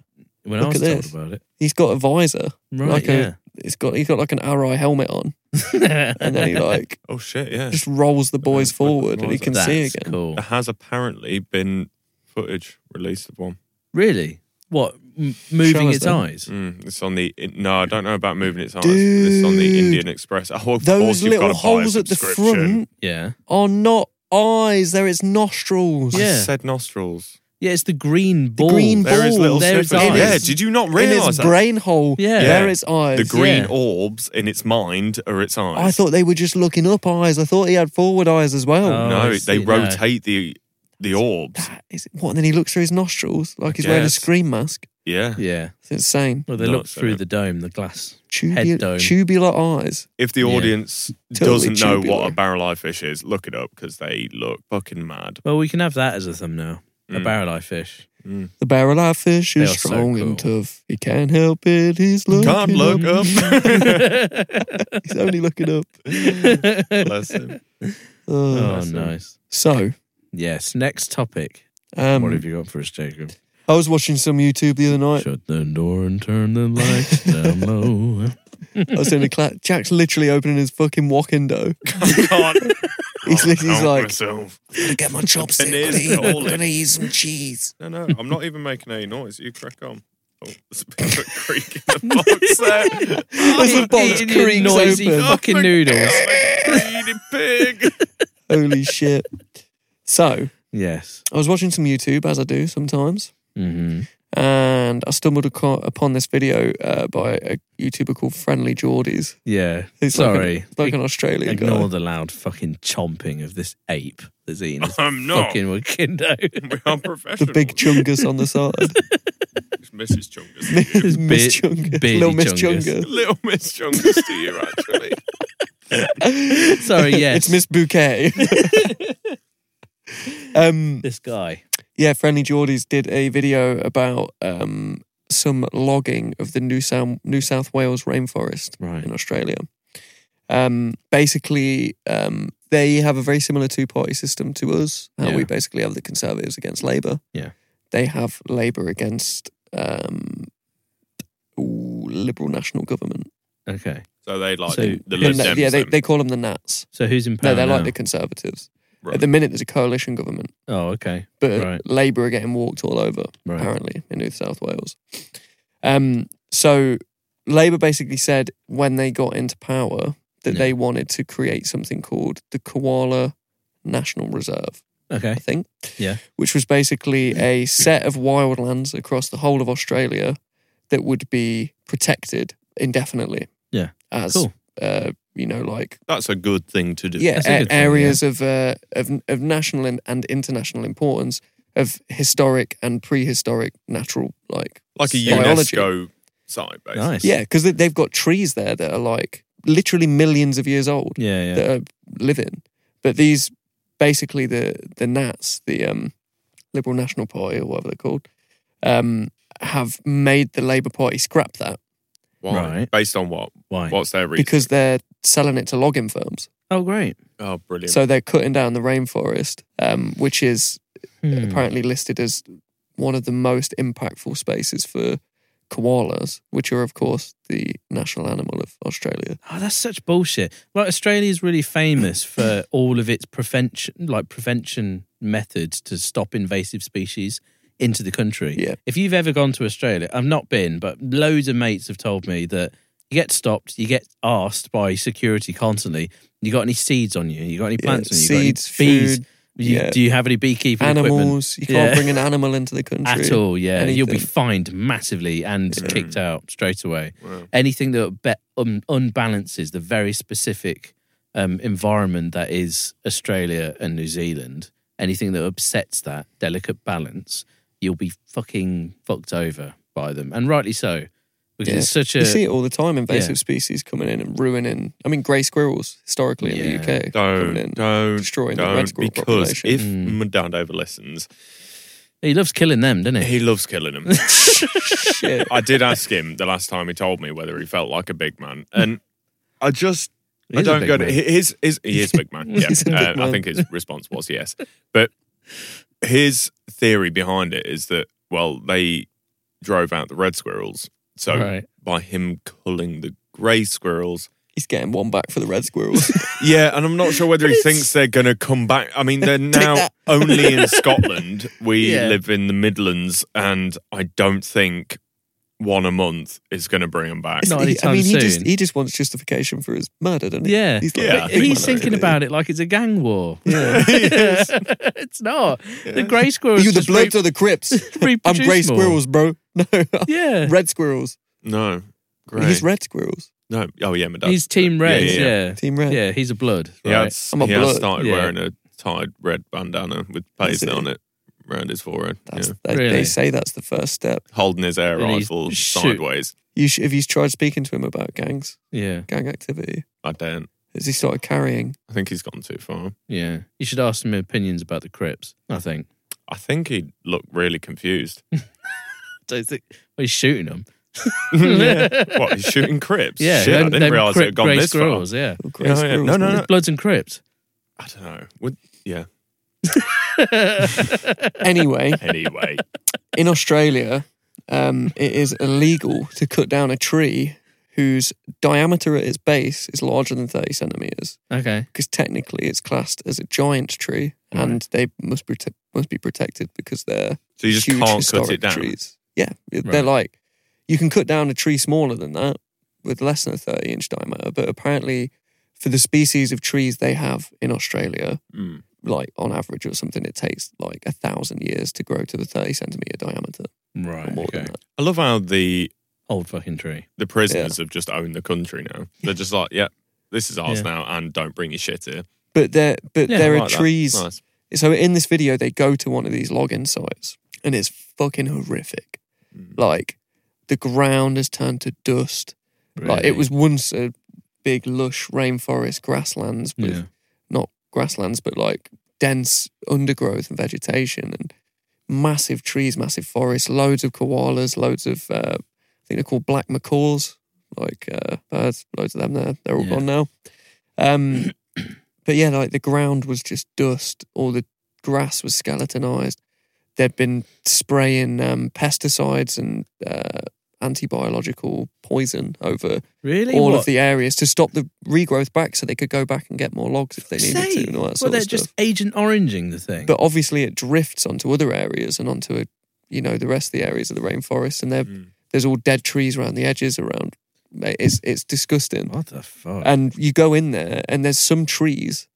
When Look I was at told this. about it. He's got a visor. Right, Like yeah. a- It's got he's got like an Arai helmet on, and then he like Oh shit, yeah. just rolls the With boys the forward, and he visor. can see That's again. cool. There has apparently been footage released of one. Really? What? M- moving us its then. eyes? Mm, it's on the no, I don't know about moving its eyes. but It's on Dude. the Indian Express. Oh, of course Those you've got little to buy a holes at the subscription. front Yeah. are not eyes; they're its nostrils. I Yeah. said nostrils. Yeah, it's the green ball. green There is Balls. little Oh, There sniffers. is eyes. Yeah, did you not in realise its that? brain hole. Yeah. they're its eyes. the green Yeah. orbs in its mind are its eyes. I thought they were just looking up eyes. I thought he had forward eyes as well. Oh, no, I see, they no. rotate the the orbs. That is- what? And then he looks through his nostrils like he's wearing a guess. screen mask. Yeah. Yeah. It's insane. Well, they No, look so- through the dome, the glass. Head Tubular, dome. tubular eyes. If the Yeah. audience Totally doesn't know tubular. what a barrel eye fish is, look it up because they look fucking mad. Well, we can have that as a thumbnail. A Mm. barrel eye fish. Mm. The barrel out fish They is are so strong and cool. tough. He can't help it. He's looking Can't look up. up. He's only looking up. Bless him. Oh. oh, nice. So, Yes. Next topic. what um, have you got for us, Jacob? I was watching some YouTube the other night. Shut the door and turn the lights down low. I was in the class. Jack's literally opening his fucking window. Can't. He's, can't he's help Oh, like, myself. get my chopstick. And it's rolling. eat some cheese. No, no, I'm not even making any noise. You crack on. Oh, there's a bit of a creak in the box there. There's a box Eating your creaks noisy open. fucking Oh my noodles. God, greedy pig. Holy shit. So, Yes. I was watching some YouTube, as I do sometimes, Mm-hmm. and I stumbled aco- upon this video uh, by a YouTuber called Friendly Geordies. Yeah. He's Sorry. Like an, like an Australian Ignore guy. the loud fucking chomping of this ape that's eating his I'm not. fucking Wakendo. We are professionals. The big chungus on the side. It's Mrs. Chungus. to you. Miss Bit- Chungus. beardy Little Miss Chungus. Chungus. Little Miss Chungus to you, actually. Sorry, yes. it's Miss Bouquet. um, this guy. yeah, Friendly Geordies did a video about um, some logging of the New South, New South Wales rainforest Right. in Australia. Um, basically, um, they have a very similar two party system to us. How Yeah. we basically have the Conservatives against Labour. Yeah. They have Labour against um, ooh, Liberal National Government. Okay. So they like So- the Yeah, Lib no, Dems. yeah, they, then. they call them the Nats. So who's in No, power? they're like now? the Conservatives. Right. At the minute, there's a coalition government, Oh, okay. but Right. Labour are getting walked all over, Right. apparently, in New South Wales. Um, so Labour basically said when they got into power that Yeah. they wanted to create something called the Koala National Reserve, Okay. I think. Yeah. Which was basically a set of wildlands across the whole of Australia that would be protected indefinitely. Yeah. As, Cool. uh, you know, like That's a good thing to do. yeah, That's a a- good thing, areas of, uh, of of national and, and international importance of historic and prehistoric natural like Like a biology. UNESCO site, basically. Nice. yeah because they've got trees there that are like literally millions of years old Yeah. Yeah. that are living but these basically the the nats the um liberal national party or whatever they're called um have made the labour party scrap that Why? Right. Based on what? Why? What's their reason? because they're selling it to logging firms Oh, great. oh, brilliant. so they're cutting down the rainforest um which is Hmm. apparently listed as one of the most impactful spaces for koalas, which are, of course, the national animal of Australia. Oh, that's such bullshit. Like Australia's really famous for all of its prevention, like prevention methods to stop invasive species into the country. Yeah. If you've ever gone to Australia, I've not been, but loads of mates have told me that you get stopped, you get asked by security constantly. You got any seeds on you? You got any Yeah, plants on you? seeds, you got any bees? food, You- yeah. Do you have any beekeeping equipment? Animals, you can't Yeah. bring an animal into the country. At all, yeah. You'll be Anything. fined massively and kicked out straight away. Wow. Anything that be- un- unbalances the very specific um, environment that is Australia and New Zealand, anything that upsets that delicate balance, you'll be fucking fucked over by them. And rightly so, because Yeah. it's such a. You see it all the time invasive Yeah. species coming in and ruining. I mean, grey squirrels, historically in Yeah. the UK, coming in, Don't, don't, destroying the red don't. squirrel Because population. Mm. if my dad ever listens, he loves killing them, doesn't he? he loves killing them. Shit. I did ask him the last time he told me whether he felt like a big man, and I just He I is a don't big go. To, man. his his he is big man. Yeah, He's a big Uh, I man. think his response was yes, but his theory behind it is that well they drove out the red squirrels, so Right. by him culling the grey squirrels. He's getting one back for the red squirrels. Yeah, and I'm not sure whether he thinks they're going to come back. I mean, they're now that. only in Scotland. We Yeah. live in the Midlands, and I don't think one a month is going to bring them back. Not He- I anytime mean, he just soon. he just wants justification for his murder, doesn't he? Yeah. He's like, Yeah, I But think he's so. thinking about it like it's a gang war. Yeah. it's not. The grey squirrels. you the just Bloods or the Crips? re- I'm grey reproduce more. squirrels, bro. No, Yeah. red squirrels. No. Great. He's red squirrels. no. Oh yeah, my dad. He's team red. Yeah. yeah, Yeah, Team red. Yeah, he's a blood. He, Right. has, I'm a he has blood. started Yeah. wearing a tied red bandana with Is paisley it? on it around his forehead. That's, yeah. they, they Really? say that's the first step. Holding his air And he's rifle shoot- sideways. You sh- have you tried speaking to him about gangs, Yeah. gang activity? I don't. Has he started carrying? I think he's gone too far. Yeah. You should ask him opinions about the Crips, I think. I think he looked really confused. Don't think well, he's shooting them. what, he's shooting Crips? Yeah, Shit, I them- didn't them realise it cri- had gone grey this far. squirrels, Yeah, Little Oh, grey Yeah, yeah. squirrels, No, no, mate. no. Bloods and Crips. I don't know. Would, yeah. Anyway, Anyway, in Australia, um, it is illegal to cut down a tree whose diameter at its base is larger than 30 centimetres Okay, because technically it's classed as a giant tree and they must, prote- must be protected because they're so you just huge can't cut historic it down. trees. Yeah, they're like you can cut down a tree smaller than that with less than a thirty-inch diameter, but apparently, for the species of trees they have in Australia, Mm. like on average or something, it takes like a thousand years to grow to the thirty-centimeter diameter or right. more than Okay. that. I love how the Old fucking tree. the prisoners have just owned the country now. They're just like, yeah, this is ours Yeah. now, and don't bring your shit here. But there, but Yeah, there I are like that. trees. Nice. So in this video, they go to one of these login sites, and it's fucking horrific. Hmm. Like the ground has turned to dust. Like it Really. was once a big lush rainforest grasslands with Yeah. not grasslands but like dense undergrowth and vegetation and massive trees, massive forests, loads of koalas, loads of uh, I think they're called black macaws, like uh, birds. Loads of them there. They're all Yeah. gone now. Um, but yeah, like the ground was just dust. All the grass was skeletonized. They'd been spraying um, pesticides and uh, anti-biological poison over Really? all What? of the areas to stop the regrowth back, so they could go back and get more logs if they needed to, Say, and all that well, sort they're of stuff. just agent oranging the thing. But obviously, it drifts onto other areas and onto a, you know the rest of the areas of the rainforest, and there Mm. there's all dead trees around the edges around. Mate, It's it's disgusting. what the fuck? And you go in there, and there's some trees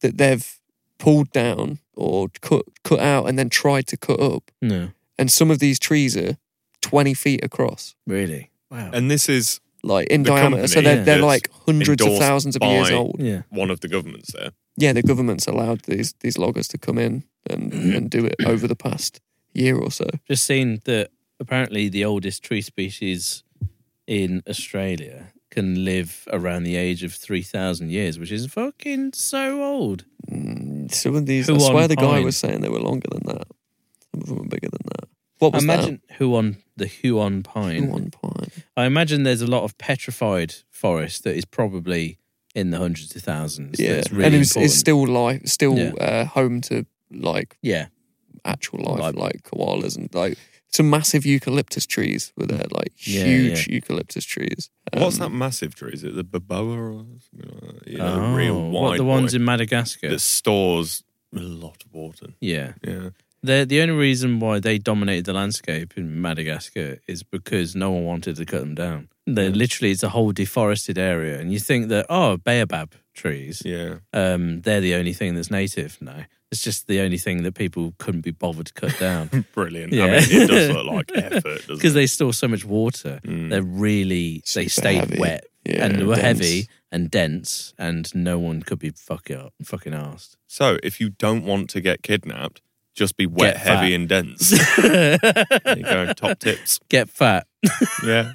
that they've pulled down or cut cut out, and then tried to cut up. no, And some of these trees are twenty feet across, really. Wow. And this is like in The diameter. so company they're they're that's like hundreds of endorsed thousands of years by- old. yeah. one of the governments there. yeah, the government's allowed these these loggers to come in and and do it over the past year or so. Just seen that apparently the oldest tree species in Australia can live around the age of 3,000 years, which is fucking so old. Some of these, I Who swear, on the guy pine? was saying they were longer than that. Some of them were bigger than that. What was Imagine Huon, the Huon that? pine. Who on pine? I imagine there's a lot of petrified forest that is probably in the hundreds of thousands. Yeah, That's really and it's, important. it's still life, still Yeah. uh, home to like yeah. actual life, Like- like, koalas and like some massive eucalyptus trees were there, like Yeah, huge eucalyptus trees. Mm. What's Um, that massive tree? Is it the baboa or something like that? You know, Oh, real wide what the ones one in Madagascar? that stores a lot of water. Yeah. Yeah. The the only reason why they dominated the landscape in Madagascar is because no one wanted to cut them down. They literally it's a whole deforested area, and you think that oh baobab trees, Yeah. um, they're the only thing that's native. No, it's just the only thing that people couldn't be bothered to cut down Brilliant. Yeah. I mean, it does look like effort, doesn't because it? Mm. they store so much water. They're really they Mm. Super stayed heavy. wet Yeah, and they were dense. heavy and dense, and no one could be fucking up, fucking asked. So if you don't want to get kidnapped, just be wet, Get heavy, fat. and dense. there you go. Top tips. Get fat, Yeah.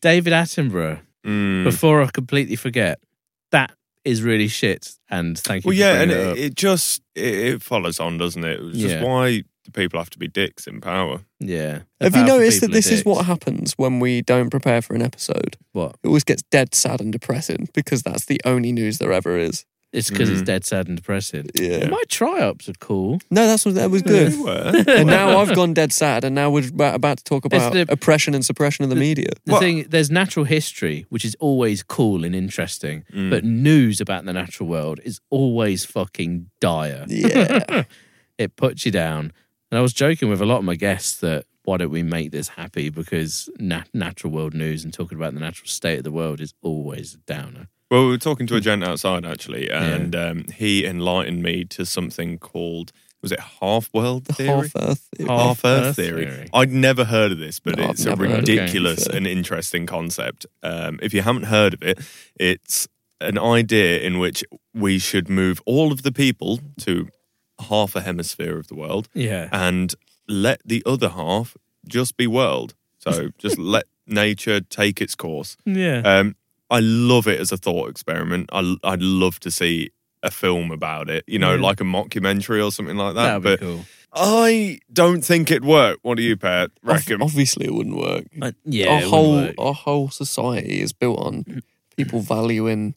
David Attenborough. Hmm. Mm. before I completely forget, that is really shit. And thank you. Well, for yeah, and bringing it it, up. it just it, it follows on, doesn't it? It's just Yeah. why do people have to be dicks in power? yeah. Have you Powerful noticed that people are this is what dicks. happens when we don't prepare for an episode? What? It always gets dead sad and depressing because that's the only news there ever is. It's because it's Mhm. dead sad and depressing. Hmm. Yeah. My try ups are cool. No, that's what that was They good. were. And now I've gone dead sad, and now we're about about to talk about the- oppression and suppression of the media. The Well- thing, there's natural history, which is always cool and interesting, Hmm. but news about the natural world is always fucking dire. Yeah. it puts you down. And I was joking with a lot of my guests that why don't we make this happy because nat- natural world news and talking about the natural state of the world is always a downer. Well, we were talking Hmm. to a gent outside actually, and um, he enlightened me to something called was it half world The theory? half Earth. Half- Half Earth Earth theory. theory. I'd never heard of this, but No, I've it's a never heard of it. ridiculous Okay. and interesting concept. Um, if you haven't heard of it, it's an idea in which we should move all of the people to half a hemisphere of the world Yeah. and let the other half just be world. So just let nature take its course. Yeah. Um, I love it as a thought experiment. I, would love to see a film about it, you know, Yeah. like a mockumentary or something like that. That'd be But cool. I don't think it'd work. What do you, Pat, reckon? Obviously, it wouldn't work. Like, yeah, our it wouldn't whole work. our whole society is built on people valuing.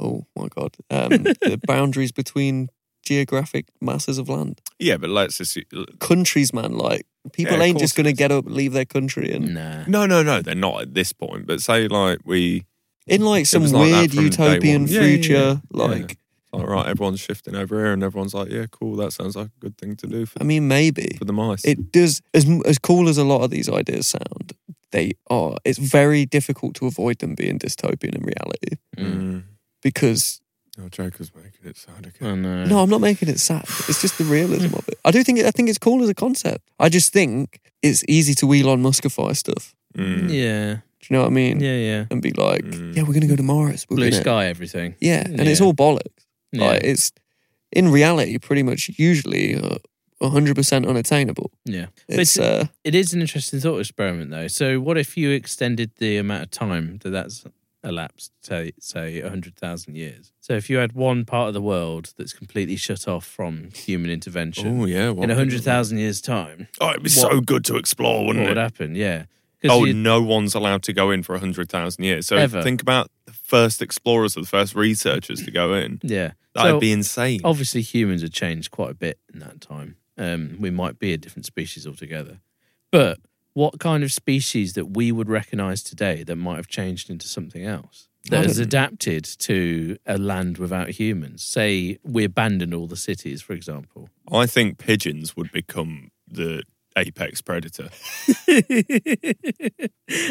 Oh my god, um, the boundaries between geographic masses of land, yeah, but let's just. countries, man. Like people Yeah, of ain't just course it gonna is. get up, leave their country, and nah. No, no, no, they're not at this point. But say, like, we. in like some was like that weird from day utopian one. Yeah, yeah, yeah. future, Yeah. like. Like, right, everyone's shifting over here, and everyone's like, yeah, cool, that sounds like a good thing to do for, I mean, maybe for the mice. it does. As as cool as a lot of these ideas sound, they are. It's very difficult to avoid them being dystopian in reality Mm. Mm. because Oh, Joker's making it sound again. I know. no, I'm not making it sad. It's just the Hmm. realism of it. I do think I think it's cool as a concept. I just think it's easy to Elon Muskify stuff. Mm. Yeah. Do you know what I mean? Yeah. Yeah. And be like, Mm. yeah, we're gonna go to Mars. We're Blue gonna- sky, everything. Yeah, and it's Yeah. all bollocks. Yeah. Like it's in reality pretty much usually uh, 100% unattainable. yeah. But It's it's- uh, It is an interesting thought experiment, though. So, what if you extended the amount of time that that's elapsed, say, say 100,000 years? So, if you had one part of the world that's completely shut off from human intervention Oh, yeah. in what- in 100,000 years' time, Oh, it'd be so good to explore, what wouldn't would it? happen? Yeah. 'Cause Oh, you- no one's allowed to go in for 100,000 years. So Ever. think about the first explorers or the first researchers to go in. yeah. That'd So, Oh. be insane. obviously, humans have changed quite a bit in that time. Um, we might be a different species altogether. But what kind of species that we would recognize today that might have changed into something else I that has don't- adapted to a land without humans? Say, we abandon all the cities, for example. I think pigeons would become the apex predator.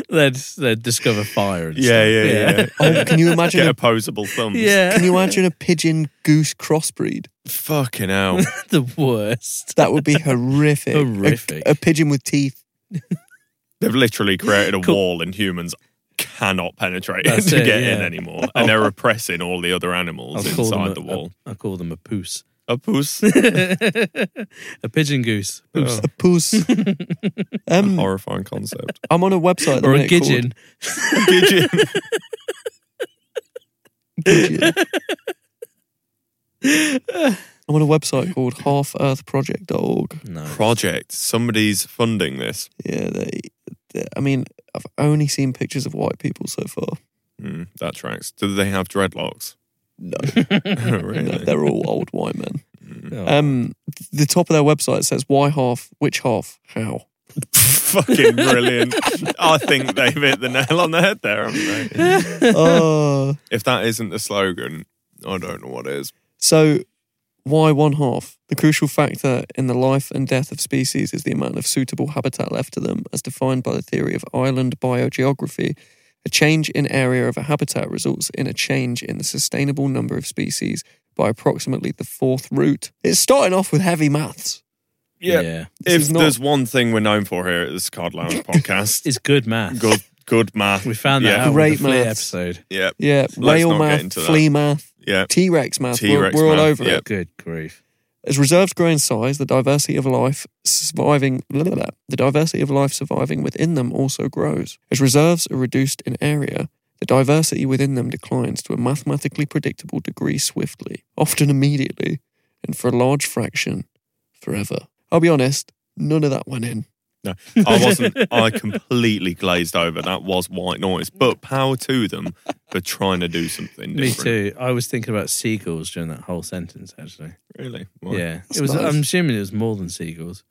they'd, they'd discover fire and Yeah, yeah, stuff. yeah. oh, can you imagine Get a opposable thumbs. Yeah. Can you imagine a pigeon goose crossbreed? Fucking hell. the worst. That would be horrific. A- Horrific. A, pigeon with teeth. They've literally created a Cool. wall and humans cannot penetrate it That's to it, get yeah. in Oh. anymore. And they're oppressing all the other animals I'll call them inside a- the wall. I call them a poos. A, puss. a pigeon goose. Poos. A puss. um, Horrifying concept. I'm on a website. at the or a minute called gidgeon. Pigeon. Gidgeon. I'm on a website called halfearthproject.org. No. Project. Somebody's funding this. Yeah, they, they. I mean, I've only seen pictures of white people so far. Mm, that tracks. Do they have dreadlocks? No, really? they're all old white men. Mm. Um, the top of their website says why half, which half, how. Fucking brilliant. I think they've hit the nail on the head there, haven't they? Uh, If that isn't the slogan, I don't know what is. So, why one half? The crucial factor in the life and death of species is the amount of suitable habitat left to them, as defined by the theory of island biogeography. A change in area of a habitat results in a change in the sustainable number of species by approximately the fourth root. It's starting off with heavy maths. Yeah. yeah. This if is not- there's one thing we're known for here at the Card Lounge podcast, It's good math. good good math. We found that Yeah. out Great with the flea maths. episode. Yeah, Yeah, not whale get math, into that. flea math, yeah. T Rex math. We're- T-Rex we're, all math, over yeah. it. Good grief. As reserves grow in size, the diversity of life surviving blah, blah, blah. the diversity of life surviving within them also grows. As reserves are reduced in area, the diversity within them declines to a mathematically predictable degree swiftly, often immediately, and for a large fraction, forever. I'll be honest, none of that went in. No, I wasn't. I completely glazed over. That was white noise. But power to them for trying to do something Me different. too. I was thinking about seagulls during that whole sentence, actually. Really? Why? Yeah. That's It was. nice. I'm assuming it was more than seagulls.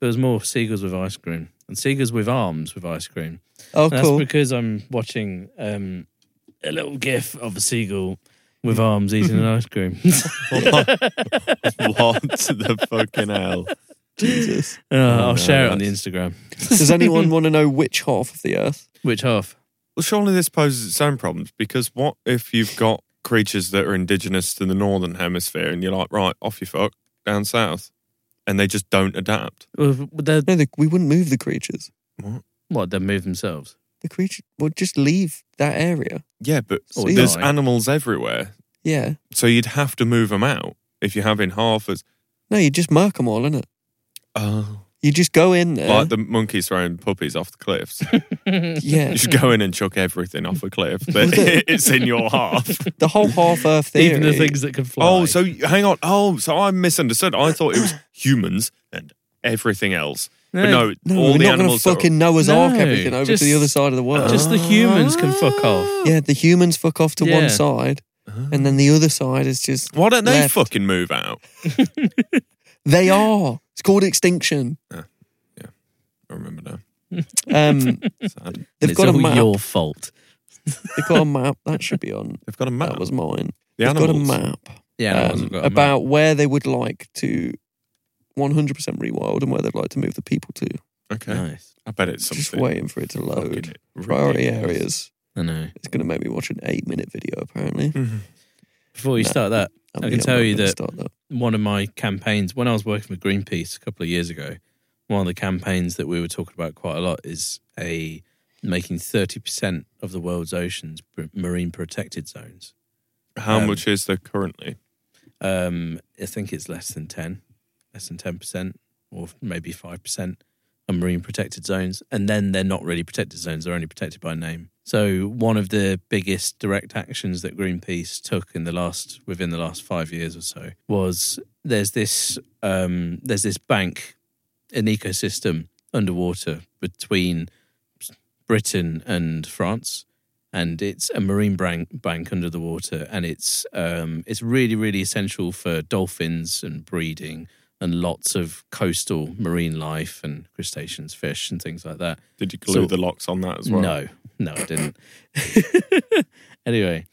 There was more seagulls with ice cream and seagulls with arms with ice cream. Oh, That's cool. because I'm watching um, a little gif of a seagull with arms eating an ice cream. What the fucking hell? Jesus. Uh, I'll no, share it on the that's- Instagram. Does anyone want to know which half of the earth? Which half? Well, surely this poses its own problems because what if you've got creatures that are indigenous to the northern hemisphere and you're like, right, off you fuck, down south, and they just don't adapt? Well, they're, No, the, we wouldn't move the creatures. what? They move themselves. The creature would just leave that area. Yeah, but Or there's die. animals everywhere, Yeah. so you'd have to move them out if you're having half as. No, you just mark them all, innit? Oh, You just go in there. Like the monkeys throwing puppies off the cliffs. yeah, You should go in and chuck everything off a cliff, but it's in your half. the whole half Earth theory. Even the things that can fly. Oh, so you- hang on. Oh, so I misunderstood. I thought it was humans and everything else. But No. no, No, all the we're not going to animals. are- fucking Noah's No, Ark everything over just- to the other side of the world. just the humans can fuck off. Ah. yeah, the humans fuck off to Yeah. one side, and then the other side is just Why don't they left. fucking move out? they are. It's called extinction. I remember now. Um, Sad. they've it's got a all map. your fault. They've got a map that should be on. They've got a map. That was mine. the they've got a animals. map Yeah, no, um, I've got a map. about where they would like to 100% rewild and where they'd like to move the people to. Okay. nice. I bet it's Just something. waiting for it to fucking load. ridiculous. Priority areas. I know. It's going to make me watch an eight-minute video. Apparently, Mhm. Before you No. start that, I'm I can gonna- tell I'm you gonna that- Start that. one of my campaigns when I was working with Greenpeace a couple of years ago, one of the campaigns that we were talking about quite a lot is a making thirty percent of the world's oceans pr- marine protected zones. How Um, much is there currently? Um, I think it's less than ten, less than ten percent, or maybe five percent are marine protected zones, and then they're not really protected zones; they're only protected by name. So one of the biggest direct actions that Greenpeace took in the last within the last five years or so was there's this um, there's this bank, an ecosystem underwater between Britain and France, and it's a marine bank, bank under the water, and it's um, it's really really essential for dolphins and breeding and lots of coastal marine life and crustaceans, fish and things like that. Did you glue so- the locks on that as well? No, no, I didn't. anyway,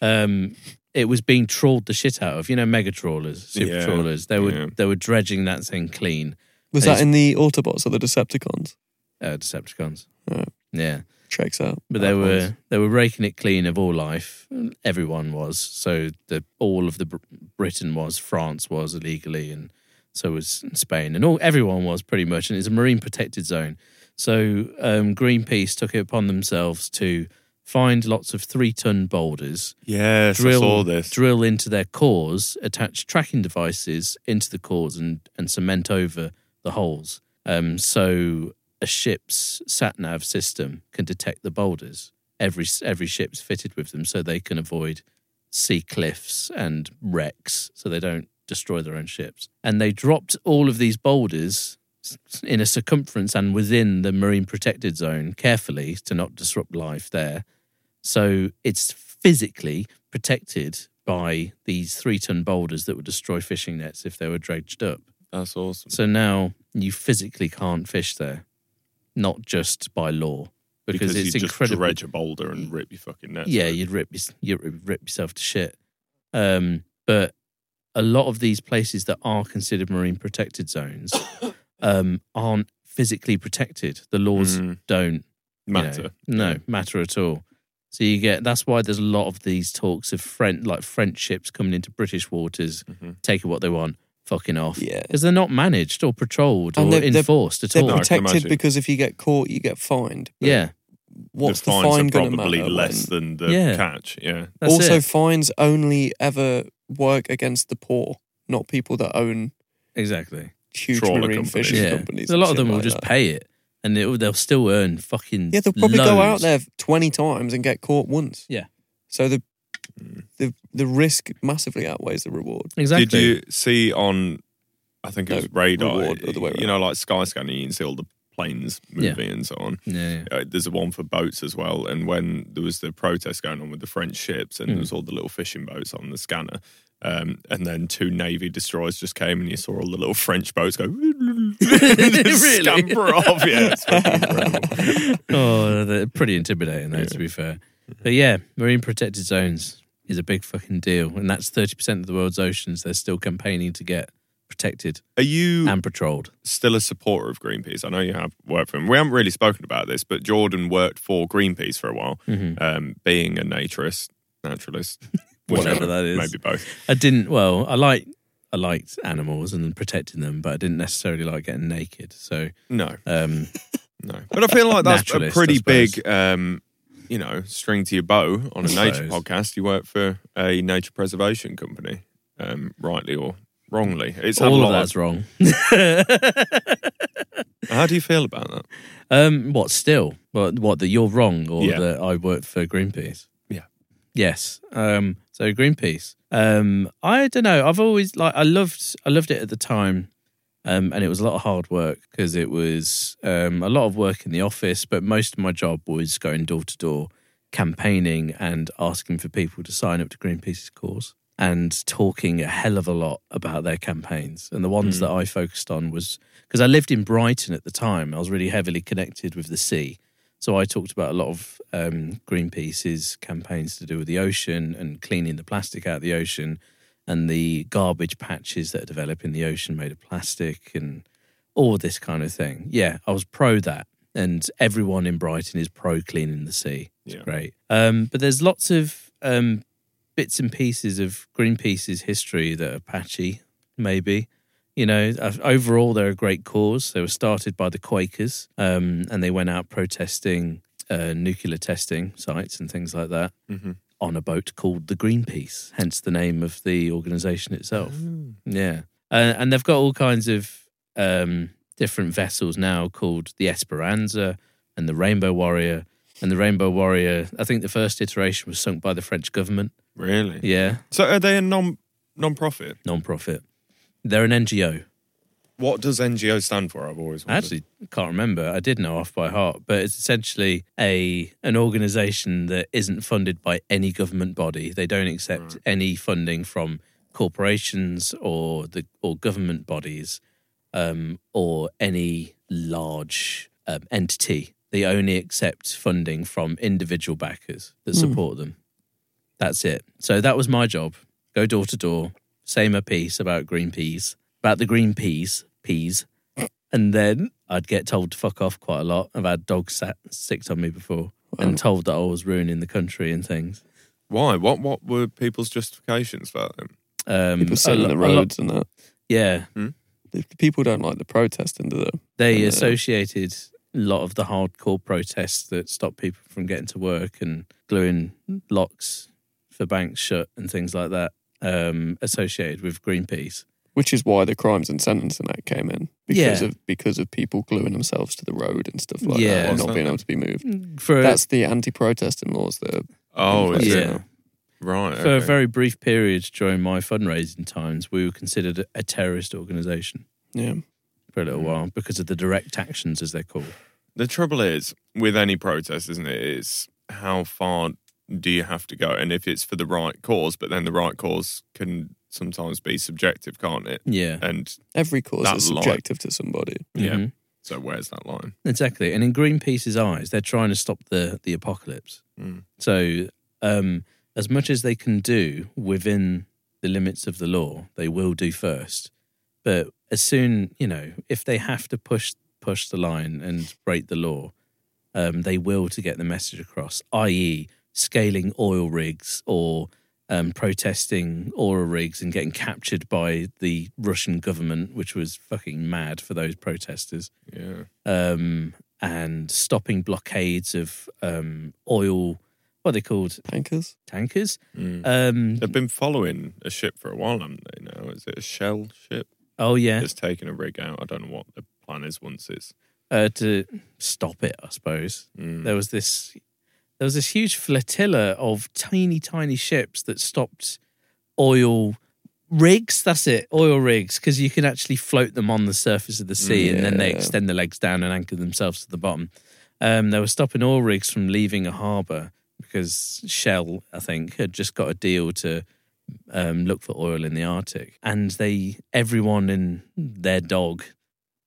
um, it was being trawled the shit out of. You know, mega trawlers, super Yeah, trawlers. They were yeah. they were dredging that thing clean. Was And that in the Autobots or the Decepticons? Uh, Decepticons. Right. Yeah, Checks out. but That they were one's- they were raking it clean of all life. Everyone was. So the all of the Br- Britain was, France was illegally, and so was Spain, and all everyone was pretty much. And it's a marine protected zone. So um, Greenpeace took it upon themselves to find lots of three ton boulders, Yes, I saw drill this. drill into their cores, attach tracking devices into the cores, and and cement over the holes. Um, so a ship's sat nav system can detect the boulders. Every every ship's fitted with them, so they can avoid sea cliffs and wrecks, so they don't destroy their own ships. And they dropped all of these boulders s- in a circumference and within the marine protected zone carefully to not disrupt life there. So it's physically protected by these three ton boulders that would destroy fishing nets if they were dredged up. That's awesome. So now you physically can't fish there, not just by law, because, you it's just incredible. dredge a boulder and rip your fucking net. yeah, you'd rip your- you'd rip yourself to shit. Um, but a lot of these places that are considered marine protected zones um, aren't physically protected. The laws Mm. don't you know, matter. no matter at all. So you get that's why there's a lot of these talks of French like French ships coming into British waters, Mhm. taking what they want, fucking off. Yeah. because they're not managed or patrolled And or they're- they're- enforced at They're all. No, I can protected imagine. because if you get caught, you get fined. But yeah, What's the, the fine fines going are to probably matter? less when- than the Yeah. catch. Yeah. that's also, it. fines only ever work against the poor, not people that own exactly. huge Trawler marine companies. fishing Yeah, companies. So a and lot of shit them will like just that. pay it, and it, they'll still earn fucking Yeah, they'll probably go out loads. there twenty times and get caught once. Yeah. So the Hmm. the the risk massively outweighs the reward. Exactly. Did you see on, I think it No, was radar, reward, other way you know, like sky scanning, you can see all the planes Yeah. moving and so on. Yeah, yeah. Uh, there's a one for boats as well. And when there was the protest going on with the French ships and Hmm. there was all the little fishing boats on the scanner, um, and then two Navy destroyers just came and you saw all the little French boats go, Really? scamper off. Yeah, it's fucking incredible. oh, they're pretty intimidating though, to be fair. But yeah, marine protected zones is a big fucking deal, and that's thirty percent of the world's oceans. They're still campaigning to get protected Are you and patrolled. still a supporter of Greenpeace. I know you have worked for him. We haven't really spoken about this, but Jordan worked for Greenpeace for a while, Mm-hmm. um, being a naturist, naturalist, Whatever whichever that is. Maybe both. I didn't. Well, I like I liked animals and protecting them, but I didn't necessarily like getting naked. So, No, um, no. But I feel like that's a Naturalist, pretty I suppose. big, um, you know, string to your bow on a I nature suppose. podcast. You work for a nature preservation company, um, rightly or wrongly. It's had a all lot of of- that's wrong. How do you feel about that? Um, what still? What, what that you're wrong or Yeah. that I work for Greenpeace? Yeah. Yes. Um, so Greenpeace. Um, I don't know. I've always like I loved I loved it at the time. Um, and it was a lot of hard work because it was um, a lot of work in the office, but most of my job was going door to door campaigning and asking for people to sign up to Greenpeace's cause and talking a hell of a lot about their campaigns. And the ones that I focused on was because I lived in Brighton at the time, I was really heavily connected with the sea. So I talked about a lot of um, Greenpeace's campaigns to do with the ocean and cleaning the plastic out of the ocean and the garbage patches that develop in the ocean made of plastic and all this kind of thing. Yeah, I was pro that. And everyone in Brighton is pro cleaning the sea. It's Yeah. great. Um, but there's lots of um, bits and pieces of Greenpeace's history that are patchy, maybe. You know, I've- overall, they're a great cause. They were started by the Quakers um, and they went out protesting uh, nuclear testing sites and things like that on a boat called the Greenpeace, hence the name of the organization itself. Yeah. Uh, and they've got all kinds of um, different vessels now called the Esperanza and the Rainbow Warrior. And the Rainbow Warrior, I think the first iteration was sunk by the French government. Really? Yeah, So are they a non non-profit? non profit. They're an NGO. What does NGO stand for? I've always I wondered. actually can't remember. I did know off by heart, but it's essentially a an organisation that isn't funded by any government body. They don't accept any funding from corporations or the or government bodies um, or any large um, entity. They only accept funding from individual backers that support them. That's it. So that was my job. Go door to door, same a piece about green peas, about the green peas, peas. And then I'd get told to fuck off quite a lot. I've had dogs sat sicked on me before and told that I was ruining the country and things. Why? What what were people's justifications for them? Um, People sitting a on lo- the a lot- roads and that. yeah. The people don't like the protesting, do they? They Yeah. associated a lot of the hardcore protests that stop people from getting to work and gluing locks for banks shut and things like that um, associated with Greenpeace. Which is why the crimes and sentencing act came in because Yeah. of because of people gluing themselves to the road and stuff like Yeah. Mm. that, and What's not that? being able to be moved. For That's the anti-protesting laws that. Are Oh, is Yeah. it? Right. for a okay. very brief period during my fundraising times, we were considered a terrorist organisation Yeah, for a Mm. little while because of the direct actions, as they're called. The trouble is with any protest, isn't it? It's how far do you have to go, and if it's for the right cause, but then the right cause can sometimes be subjective, can't it? Yeah. And every cause That is lie. subjective to somebody. yeah, Mhm. so where's that line? Exactly. And in Greenpeace's eyes, they're trying to stop the, the apocalypse. Mm. So, um, as much as they can do within the limits of the law, they will do first. But as soon, you know, if they have to push push the line and break the law, um, they will to get the message across, i.e., scaling oil rigs or um, protesting oil rigs and getting captured by the Russian government, which was fucking mad for those protesters Yeah. um, and stopping blockades of um, oil. What are they called? Tankers. Tankers. Mm. Um, They've been following a ship for a while, haven't they? Now is it a shell ship oh yeah, that's taken a rig out? I don't know what the plan is once it's. uh, to stop it, I suppose. Mm. There was this, there was this huge flotilla of tiny, tiny ships that stopped oil rigs. That's it, oil rigs, because you can actually float them on the surface of the sea, and then they Yeah. extend the legs down and anchor themselves to the bottom. Um, they were stopping oil rigs from leaving a harbour because Shell, I think, had just got a deal to um, look for oil in the Arctic. And they, everyone in their dog,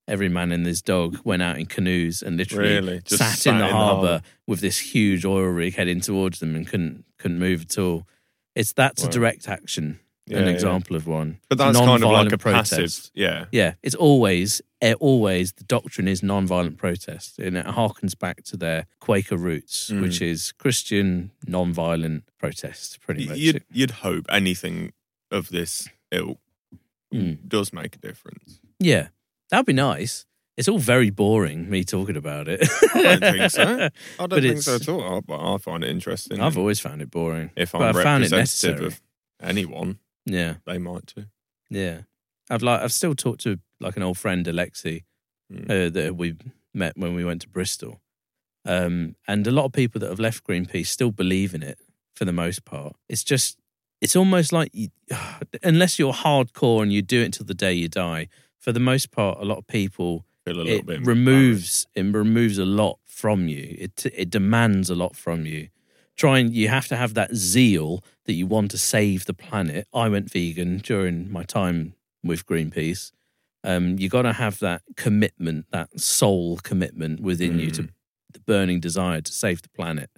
every man in his dog, went out in canoes and literally Really? Just sat, in the harbour with this huge oil rig heading towards them and couldn't couldn't move at all. It's that's Wow. a direct action, Yeah, an yeah. example of one. But that's kind of like Non-violent a passive. Yeah. yeah, it's always eh, always the doctrine is non-violent protest, and it harkens back to their Quaker roots, Mm. which is Christian non-violent protest, pretty Y- much. You'd, you'd hope anything of this ilk Mm. does make a difference. yeah, that'd be nice. It's all very boring me talking about it. I don't think so. I don't But think so it's- at all. I, but I find it interesting. I've always found it boring. if but I'm I found it representative necessary. of anyone, Yeah, they might too. yeah. I've like I've still talked to like an old friend Alexi uh, that we met when we went to Bristol. Um, and a lot of people that have left Greenpeace still believe in it for the most part. It's just, it's almost like, you, unless you're hardcore and you do it till the day you die, for the most part, a lot of people, Feel a little it bit removes, it removes a lot from you. It, it demands a lot from you. Trying, you have to have that zeal that you want to save the planet. I went vegan during my time with Greenpeace. Um, you got to have that commitment, that soul commitment within you Mm. to the burning desire to save the planet.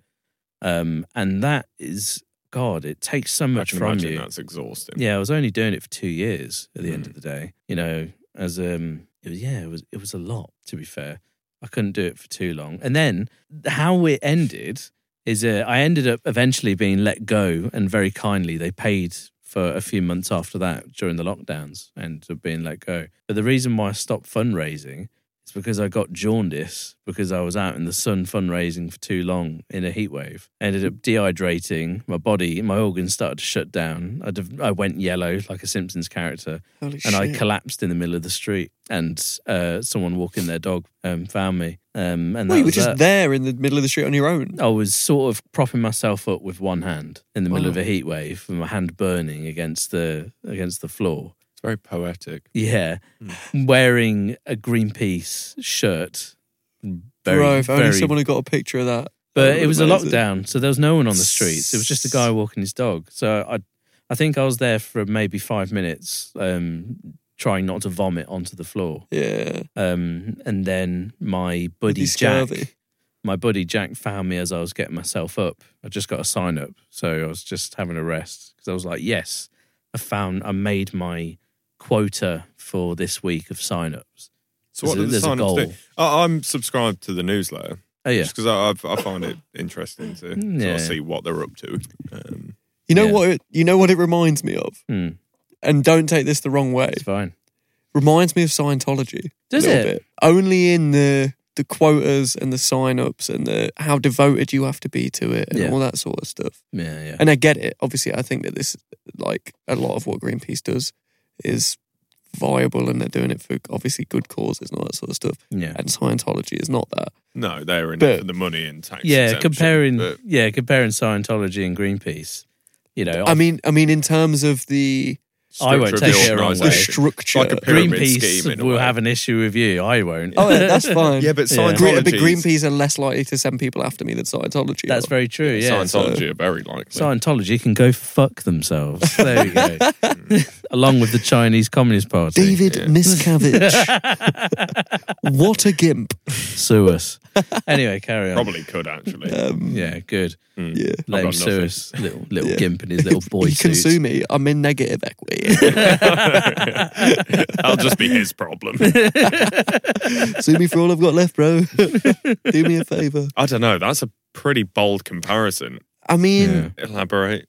Um, and that is, God, it takes so I much can from imagine you. that's exhausting. Yeah, I was only doing it for two years at the end of the day. You know, as um it was yeah, it was it was a lot, to be fair. I couldn't do it for too long. And then how it ended is uh, I ended up eventually being let go and very kindly they paid for a few months after that during the lockdowns and of being let go. But the reason why I stopped fundraising is because I got jaundice because I was out in the sun fundraising for too long in a heat wave. I ended up dehydrating. My body, my organs started to shut down. I, dev- I went yellow like a Simpsons character Holy and I shit. collapsed in the middle of the street and uh, someone walking their dog um, found me. Um, and that well, you were was just that. there in the middle of the street on your own. I was sort of propping myself up with one hand in the middle Wow. of a heat wave, and my hand burning against the against the floor. It's very poetic. Yeah, Hmm. wearing a Greenpeace shirt. Very, Bro, if only very- someone had got a picture of that. but that it was a would've made it. lockdown, so there was no one on the streets. It was just a guy walking his dog. So I, I think I was there for maybe five minutes, um, trying not to vomit onto the floor. Yeah. Um, and then my buddy Bloody Jack, scurvy. my buddy Jack found me as I was getting myself up. I just got a sign up, so I was just having a rest because I was like, "Yes, I found, I made my quota for this week of sign ups." So what There's a- are the there's a sign-ups do? goal. I- I'm subscribed to the newsletter Oh yeah, Mm, just because I, I find it interesting to sort of Yeah. see what they're up to. Um, You know Yeah. what? It, you know what it reminds me of, Hmm, and don't take this the wrong way. it's fine. Reminds me of Scientology. a Does little it? Bit. Only in the the quotas and the sign-ups and the how devoted you have to be to it and Yeah. all that sort of stuff. Yeah, yeah. And I get it. Obviously, I think that this, like a lot of what Greenpeace does, is viable, and they're doing it for obviously good causes and all that sort of stuff. Yeah. And Scientology is not that. no, they're in But- it for the money and tax. Yeah, exemption, comparing but- yeah, comparing Scientology and Greenpeace. You know, I mean, I mean, in terms of the I won't structure of take it the wrong the way. organisation. structure, Like a pyramid scheme Greenpeace in a will way. have an issue with you. I won't. oh, yeah, that's fine. Yeah, but Yeah. Scientology. Gre- but Greenpeace are less likely to send people after me than Scientology. that's are. very true. Yeah, Scientology are very likely. Scientology can go fuck themselves. There we go. Along with the Chinese Communist Party. David Miscavige. what a gimp. Sue us. Anyway, carry on. Probably could actually. Yeah, good. Yeah. Let him got sue nothing. us. Little, little Yeah. gimp in his Hmm. little boy you can suit. sue me. I'm in negative equity. That'll just be his problem. sue me for all I've got left, bro. Do me a favor. I don't know. That's a pretty bold comparison. I mean, Yeah. Elaborate.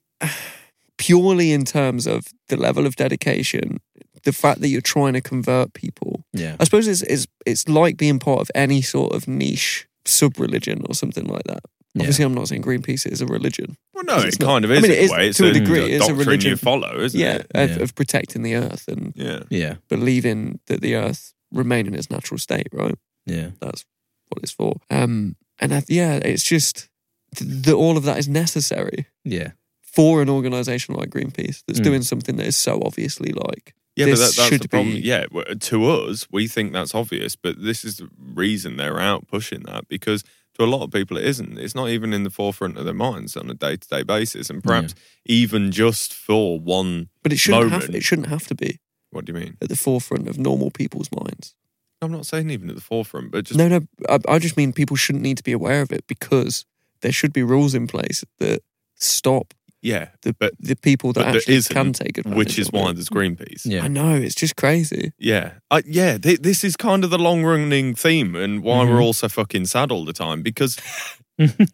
purely in terms of the level of dedication, the fact that you're trying to convert people. Yeah. I suppose it's it's it's like being part of any sort of niche sub religion or something like that. Yeah. Obviously, I'm not saying Greenpeace is a religion. Well, no, It's it not- kind of I is. mean, in it is- way. It's to a a degree, it's a doctrine religion. you follow, isn't Yeah, it? of, Yeah. of protecting the earth and Yeah. Yeah. believing that the earth remain in its natural state, right? Yeah. That's what it's for. Um, and I, yeah, it's just th- that all of that is necessary Yeah. for an organisation like Greenpeace that's Hmm. Mm. doing something that is so obviously like Yeah, this but that, that's should the problem. be Yeah, w- to us, we think that's obvious, but this is the reason they're out pushing that because to a lot of people, it isn't. It's not even in the forefront of their minds on a day to day basis. And perhaps even just for one, But it shouldn't have, moment. it shouldn't have to be what do you mean? at the forefront of normal people's minds. I'm not saying even at the forefront, but just No, no, I, I just mean people shouldn't need to be aware of it because there should be rules in place that stop yeah, the but the people that but there actually isn't, can take advantage. which is of why it. there's Greenpeace. Yeah. I know it's just crazy. Yeah, I, yeah. Th- this is kind of the long-running theme, and why Mhm. Mm-hmm. we're all so fucking sad all the time because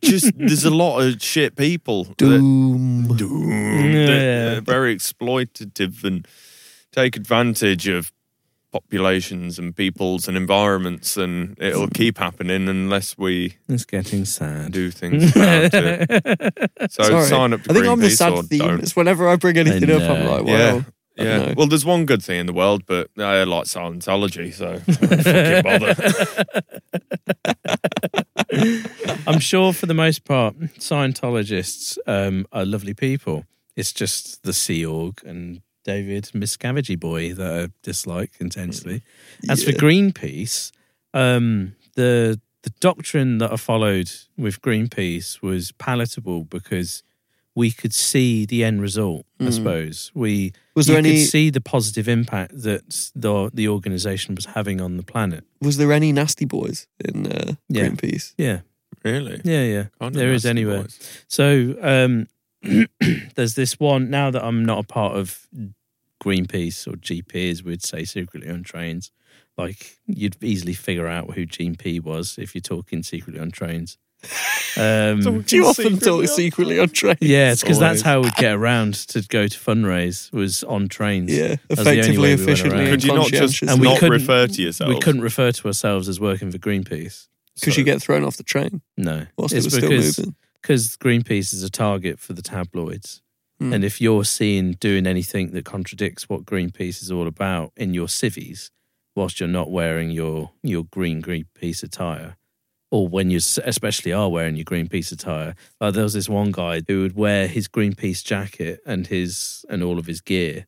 just there's a lot of shit people that, Doom. Doom, Yeah. that are very exploitative and take advantage of populations and peoples and environments, and it'll keep happening unless we It's getting sad. do things about it. So Sorry. sign up. To I think I'm the Greenpeace sad or theme. don't. It's whenever I bring anything up, I'm know. like, Yeah. well, I don't yeah. know. Well, there's one good thing in the world, but I like Scientology, so I don't fucking bother. I'm sure for the most part, Scientologists um, are lovely people. It's just the Sea Org and David Miscavige boy that I dislike intensely. As for Greenpeace, um, the the doctrine that I followed with Greenpeace was palatable because we could see the end result. I suppose we Mm. Was you there any- could see the positive impact that the the organisation was having on the planet. Was there any nasty boys in uh, Yeah. Greenpeace? Yeah, really? yeah, yeah. Kind of there is nasty anywhere. boys. So um, there's this one now that I'm not a part of Greenpeace or GP as we'd say secretly on trains. Like you'd easily figure out who GP was if you're talking secretly on trains. Um, Do you often talk secretly on trains? yeah, it's because that's Always. how we'd get around to go to fundraise was on trains. Yeah, That's the only way we effectively, went efficiently, around. and Could you not just conscientiously. And we not couldn't- refer to yourself? We couldn't refer to ourselves as working for Greenpeace. Could you get thrown off the train No, whilst It's it was still because- moving? because Greenpeace is a target for the tabloids. Hmm. And if you're seen doing anything that contradicts what Greenpeace is all about in your civvies, whilst you're not wearing your, your green Greenpeace attire, or when you s- especially are wearing your Greenpeace attire, like there was this one guy who would wear his Greenpeace jacket and his and all of his gear,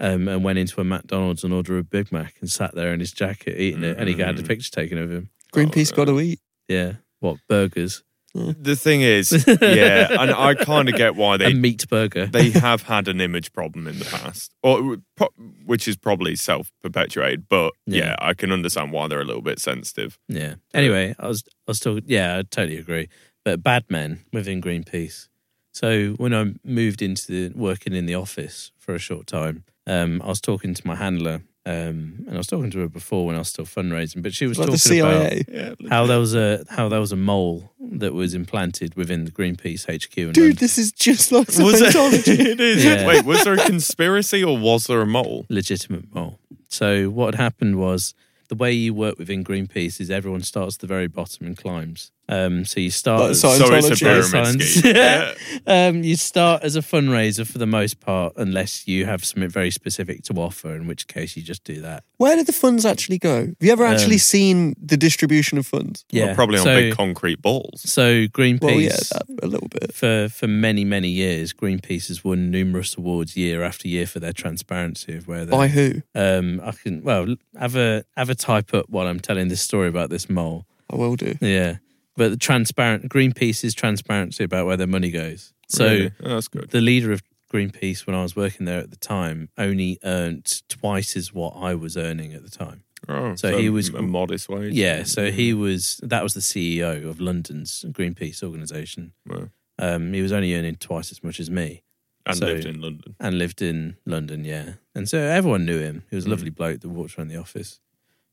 um, and went into a McDonald's and ordered a Big Mac and sat there in his jacket eating it, and he had a Mm. picture taken of him. Greenpeace got to eat. Oh, Yeah, what burgers? The thing is, yeah, and I kind of get why a they meat burger. they have had an image problem in the past, or it would pro- which is probably self perpetuated. But Yeah. yeah, I can understand why they're a little bit sensitive. Yeah. Anyway, I was I was talking. Yeah, I totally agree. But bad men within Greenpeace. So when I moved into the, working in the office for a short time, um, I was talking to my handler, um, and I was talking to her before when I was still fundraising. But she was Like talking the CIA. Yeah, about how there was a how there was a mole that was implanted within the Greenpeace HQ. In Dude, London. this is just like was it? Scientology. it is. Yeah. Wait, was there a conspiracy or was there a mole? legitimate mole. So what had happened was the way you work within Greenpeace is everyone starts at the very bottom and climbs. Um, so you start Like as- science- So it's a Scientology. pyramid Science. scheme. Yeah. um, you start as a fundraiser for the most part, unless you have something very specific to offer, in which case you just do that. Where did the funds actually go? Have you ever Um, actually seen the distribution of funds? Yeah, Well, probably on so, big concrete balls. So Greenpeace, Well, yeah, that, a little bit. for for many many years, Greenpeace has won numerous awards year after year for their transparency of where they By who? um I can well have a have a type up while I'm telling this story about this mole. I will do. Yeah. But the transparent Greenpeace's transparency about where their money goes. So Really? Oh, that's good. the leader of Greenpeace when I was working there at the time only earned twice as what I was earning at the time. Oh, so he was- a modest wage. Yeah, so he was that was the CEO of London's Greenpeace organization. Wow. Um, he was only earning twice as much as me and so- lived in London. and lived in London, yeah. And so everyone knew him. He was a lovely bloke that walked around the office.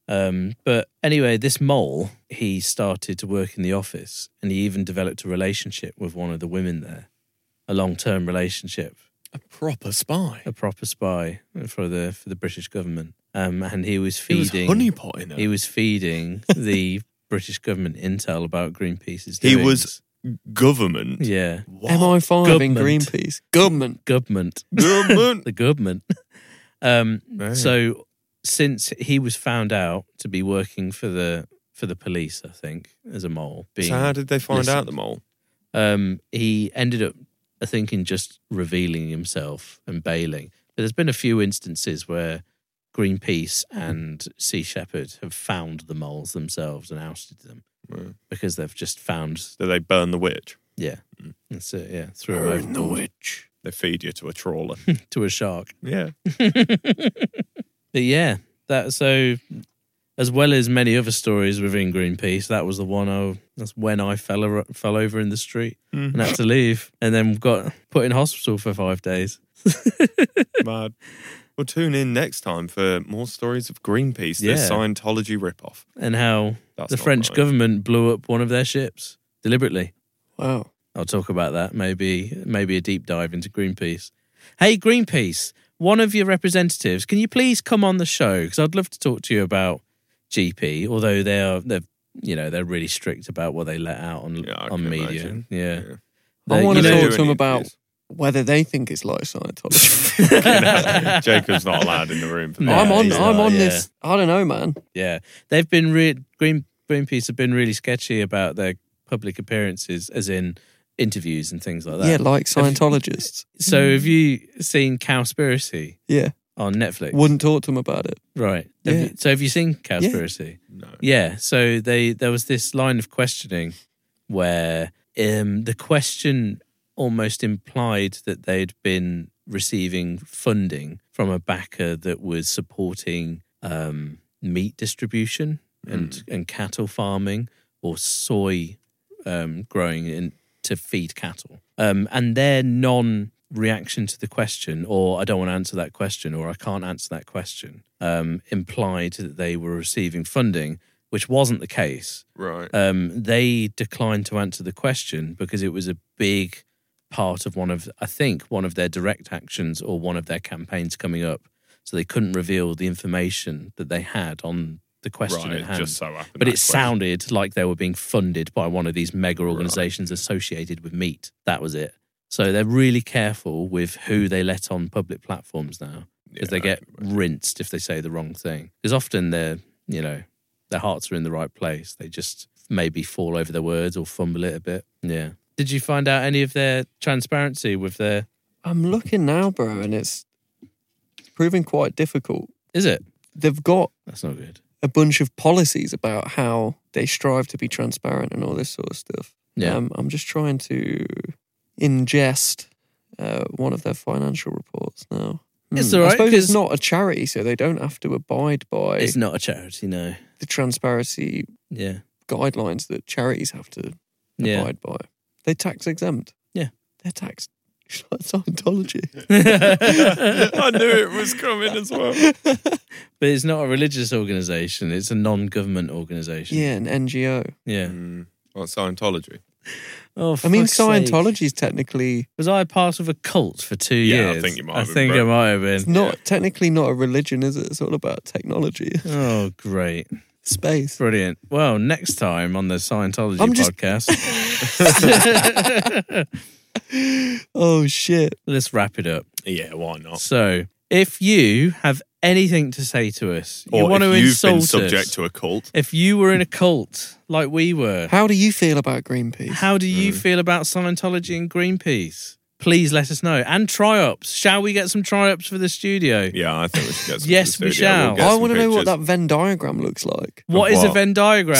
Um, but anyway, this mole, he started to work in the office and he even developed a relationship with one of the women there, a long term relationship, A proper spy. a proper spy for the for the British government. Um, and he was He was feeding honeypotting her. he was feeding the British government intel about Greenpeace's He was- doings. Government. yeah. MI5 in Government. Greenpeace. Government. Government. Government. The government. um Right. So since he was found out to be working for the for the police, I think as a mole, being So how did they find listened. out the mole? um, he ended up, I think, in just revealing himself and bailing. But there's been a few instances where Greenpeace and Sea Shepherd have found the moles themselves and ousted them Right. because they've just found, Did they burn the witch? yeah, that's it, yeah, threw him over the witch. They feed you to a trawler. to a shark. yeah. But yeah, that so as well as many other stories within Greenpeace, that was the one I that's when I fell ar- fell over in the street and had to leave, and then got put in hospital for five days. Mad. Well, tune in next time for more stories of Greenpeace, the Yeah. Scientology ripoff. And how That's the not French right. government blew up one of their ships deliberately. Wow. I'll talk about that. Maybe maybe a deep dive into Greenpeace. Hey Greenpeace, one of your representatives, can you please come on the show? Because I'd love to talk to you about GP. Although they are they're you know they're really strict about what they let out on Yeah, I on can media. imagine. Yeah, Yeah. They- I want you to know- talk to him Doing about interviews. whether they think it's low Scientology. Jacob's not allowed in the room for No, that. I'm on. he's I'm not, on yeah. this. I don't know, man. Yeah, they've been re- Green Greenpeace have been really sketchy about their public appearances, as in interviews and things like that. Yeah, like Scientologists. So have you seen Cowspiracy Yeah, on Netflix? wouldn't talk to them about it. Right. Have Yeah. you- so have you seen Cowspiracy? No. Yeah. So they there was this line of questioning where um, the question almost implied that they'd been receiving funding from a backer that was supporting um, meat distribution and and cattle farming or soy um, growing in, to feed cattle. Um, and their non reaction to the question, or I don't want to answer that question, or I can't answer that question, um, implied that they were receiving funding, which wasn't the case. Right. Um, they declined to answer the question because it was a big part of one of, I think, one of their direct actions or one of their campaigns coming up. So they couldn't reveal the information that they had on the question Right. at hand. Just so happened. But that it sounded like they were being funded by one of these mega organizations associated with meat. That was it. So they're really careful with who they let on public platforms now because they Yeah, get rinsed if they say the wrong thing. Because often they're, you know, their hearts are in the right place. They just maybe fall over their words or fumble it a bit. Yeah. Did you find out any of their transparency with their? I'm looking now, bro, and it's proving quite difficult. Is it? They've got That's not good. a bunch of policies about how they strive to be transparent and all this sort of stuff. Yeah. Um, I'm just trying to ingest uh, one of their financial reports now. It's Hmm. all right, I suppose it's 'cause- not a charity, so they don't have to abide by It's not a charity, no. the transparency Yeah. guidelines that charities have to Yeah. abide by. They're tax exempt. Yeah. They're taxed. like Scientology. I knew it was coming as well. But it's not a religious organization. It's a non-government organization. yeah, an NGO. Yeah. Well, Scientology. Oh, I mean, Scientology. Scientology is technically Was I part of a cult for two Yeah, I years? think you might I have been, think bro. I might have it's been. not technically not a religion, is it? It's all about technology, Oh, great. space. Brilliant. Well, next time on the Scientology I'm just- podcast, Oh shit! let's wrap it up. Yeah, why not? So, if you have anything to say to us, you Or want if to you've insult been us, subject to a cult, if you were in a cult like we were, How do you feel about Greenpeace? How do Hmm. you feel about Scientology and Greenpeace? Please let us know. And try ups. Shall we get some try ups for the studio? yeah, I think we should get some Yes, to the we studio. shall. We'll get I some want to know what that pictures. Venn diagram looks like. What is a What? Venn diagram?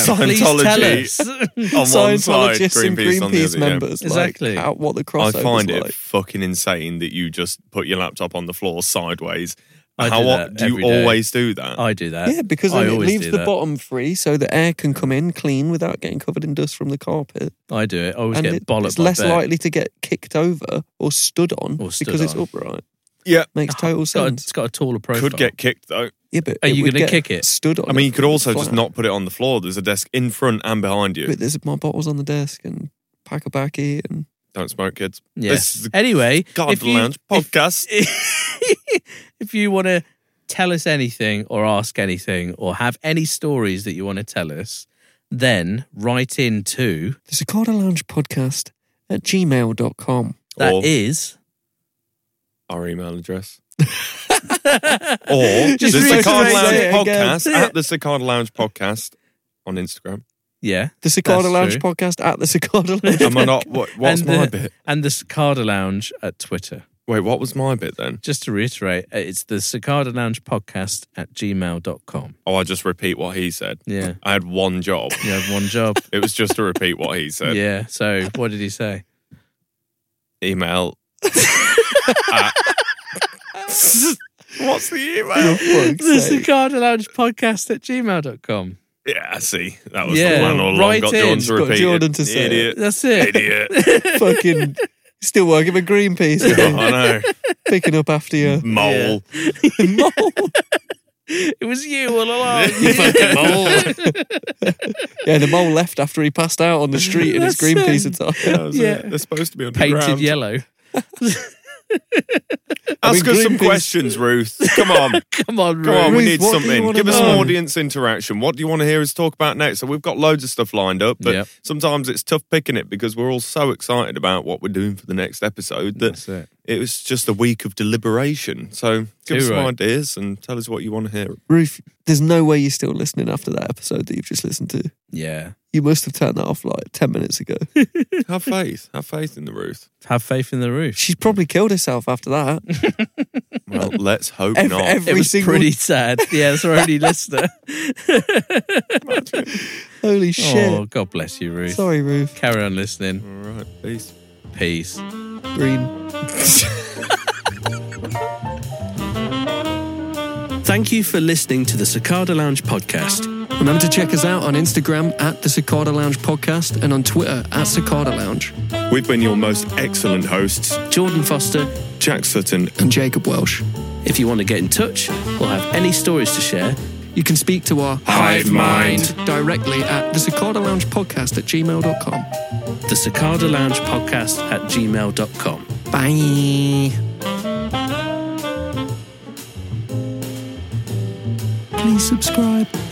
Please tell Scientology. us. on one side, Scientologists and Greenpeace on the Greenpeace other. yeah. members, like, Exactly. how, what the I crossover find it like. fucking insane that you just put your laptop on the floor sideways. I do How o- that do you every day. always do that? I do that. Yeah, because I then it always leaves do the that. bottom free, so the air can come in clean without getting covered in dust from the carpet, I do it. I always and get it- bollocked. it's by less Bert. likely to get kicked over or stood on Or stood because it's on. upright. yeah, Makes total It's got, a, sense. it's got a taller profile. could get kicked though. yeah, but Are it you would gonna get kick it? Stood on. I mean, you could also just flat. not put it on the floor. There's a desk in front and behind you. But there's my bottles on the desk and pack a baggie and Don't smoke, kids. Yeah. This is the Anyway, God if you, Lounge podcast. if you want to tell us anything or ask anything or have any stories that you want to tell us, then write in to the Cicada Lounge podcast at gmail.com. that Or- is our email address. or Just the reiterate Cicada Lounge it again. podcast at the Cicada Lounge podcast on Instagram. yeah. The Cicada That's Lounge true. podcast at the Cicada Lounge. Am I not? What, what's and my the, bit? And the Cicada Lounge at Twitter. Wait, what was my bit then? Just to reiterate, uh, it's the Cicada Lounge podcast at gmail.com. Oh, I just repeat what he said. Yeah. I had one job. You have one job. It was just to repeat what he said. yeah. So what did he say? Email. at- what's the email? The Cicada Lounge podcast at gmail.com. Yeah, I see. That was Yeah, the one all along. right Got in. Jordan to Got repeat. it. Jordan to say Idiot. That's it. Idiot. fucking still working for Greenpeace, oh, again, I know. picking up after you. Mole. It was you all along. Yeah, the mole left after he passed out on the street in his That's, Greenpeace um, attire. Yeah. They're supposed to be on Painted yellow. I mean, Ask us some Greenpeace- questions, Ruth. Come on. Come on, Come Ruth. on, we Ruth, need what do you something. wanna Give us some know? audience interaction. What do you want to hear us talk about next? So we've got loads of stuff lined up, but Yep. sometimes it's tough picking it because we're all so excited about what we're doing for the next episode that That's it. it was just a week of deliberation. So give us Too some right. ideas and tell us what you want to hear. Ruth, there's no way you're still listening after that episode that you've just listened to. Yeah. You must have turned that off like 10 minutes ago. Have faith. Have faith in the Ruth. Have faith in the roof. She's probably killed herself after that. Well, let's hope Ev- not. ev- It Every was single- pretty sad. Yeah, it's our only listener. Holy shit. Oh, God bless you, Ruth. Sorry, Ruth. Carry on listening. all right. Peace. Peace. Green. Thank you for listening to the Cicada Lounge podcast. Remember to check us out on Instagram at the Cicada Lounge Podcast and on Twitter at Cicada Lounge. We've been your most excellent hosts, Jordan Foster, Jack Sutton. And Jacob Welsh. if you want to get in touch or have any stories to share, You can speak to our Hive mind. directly at the Cicada Lounge Podcast at gmail.com. the Cicada Lounge podcast at gmail.com. Bye. Please subscribe.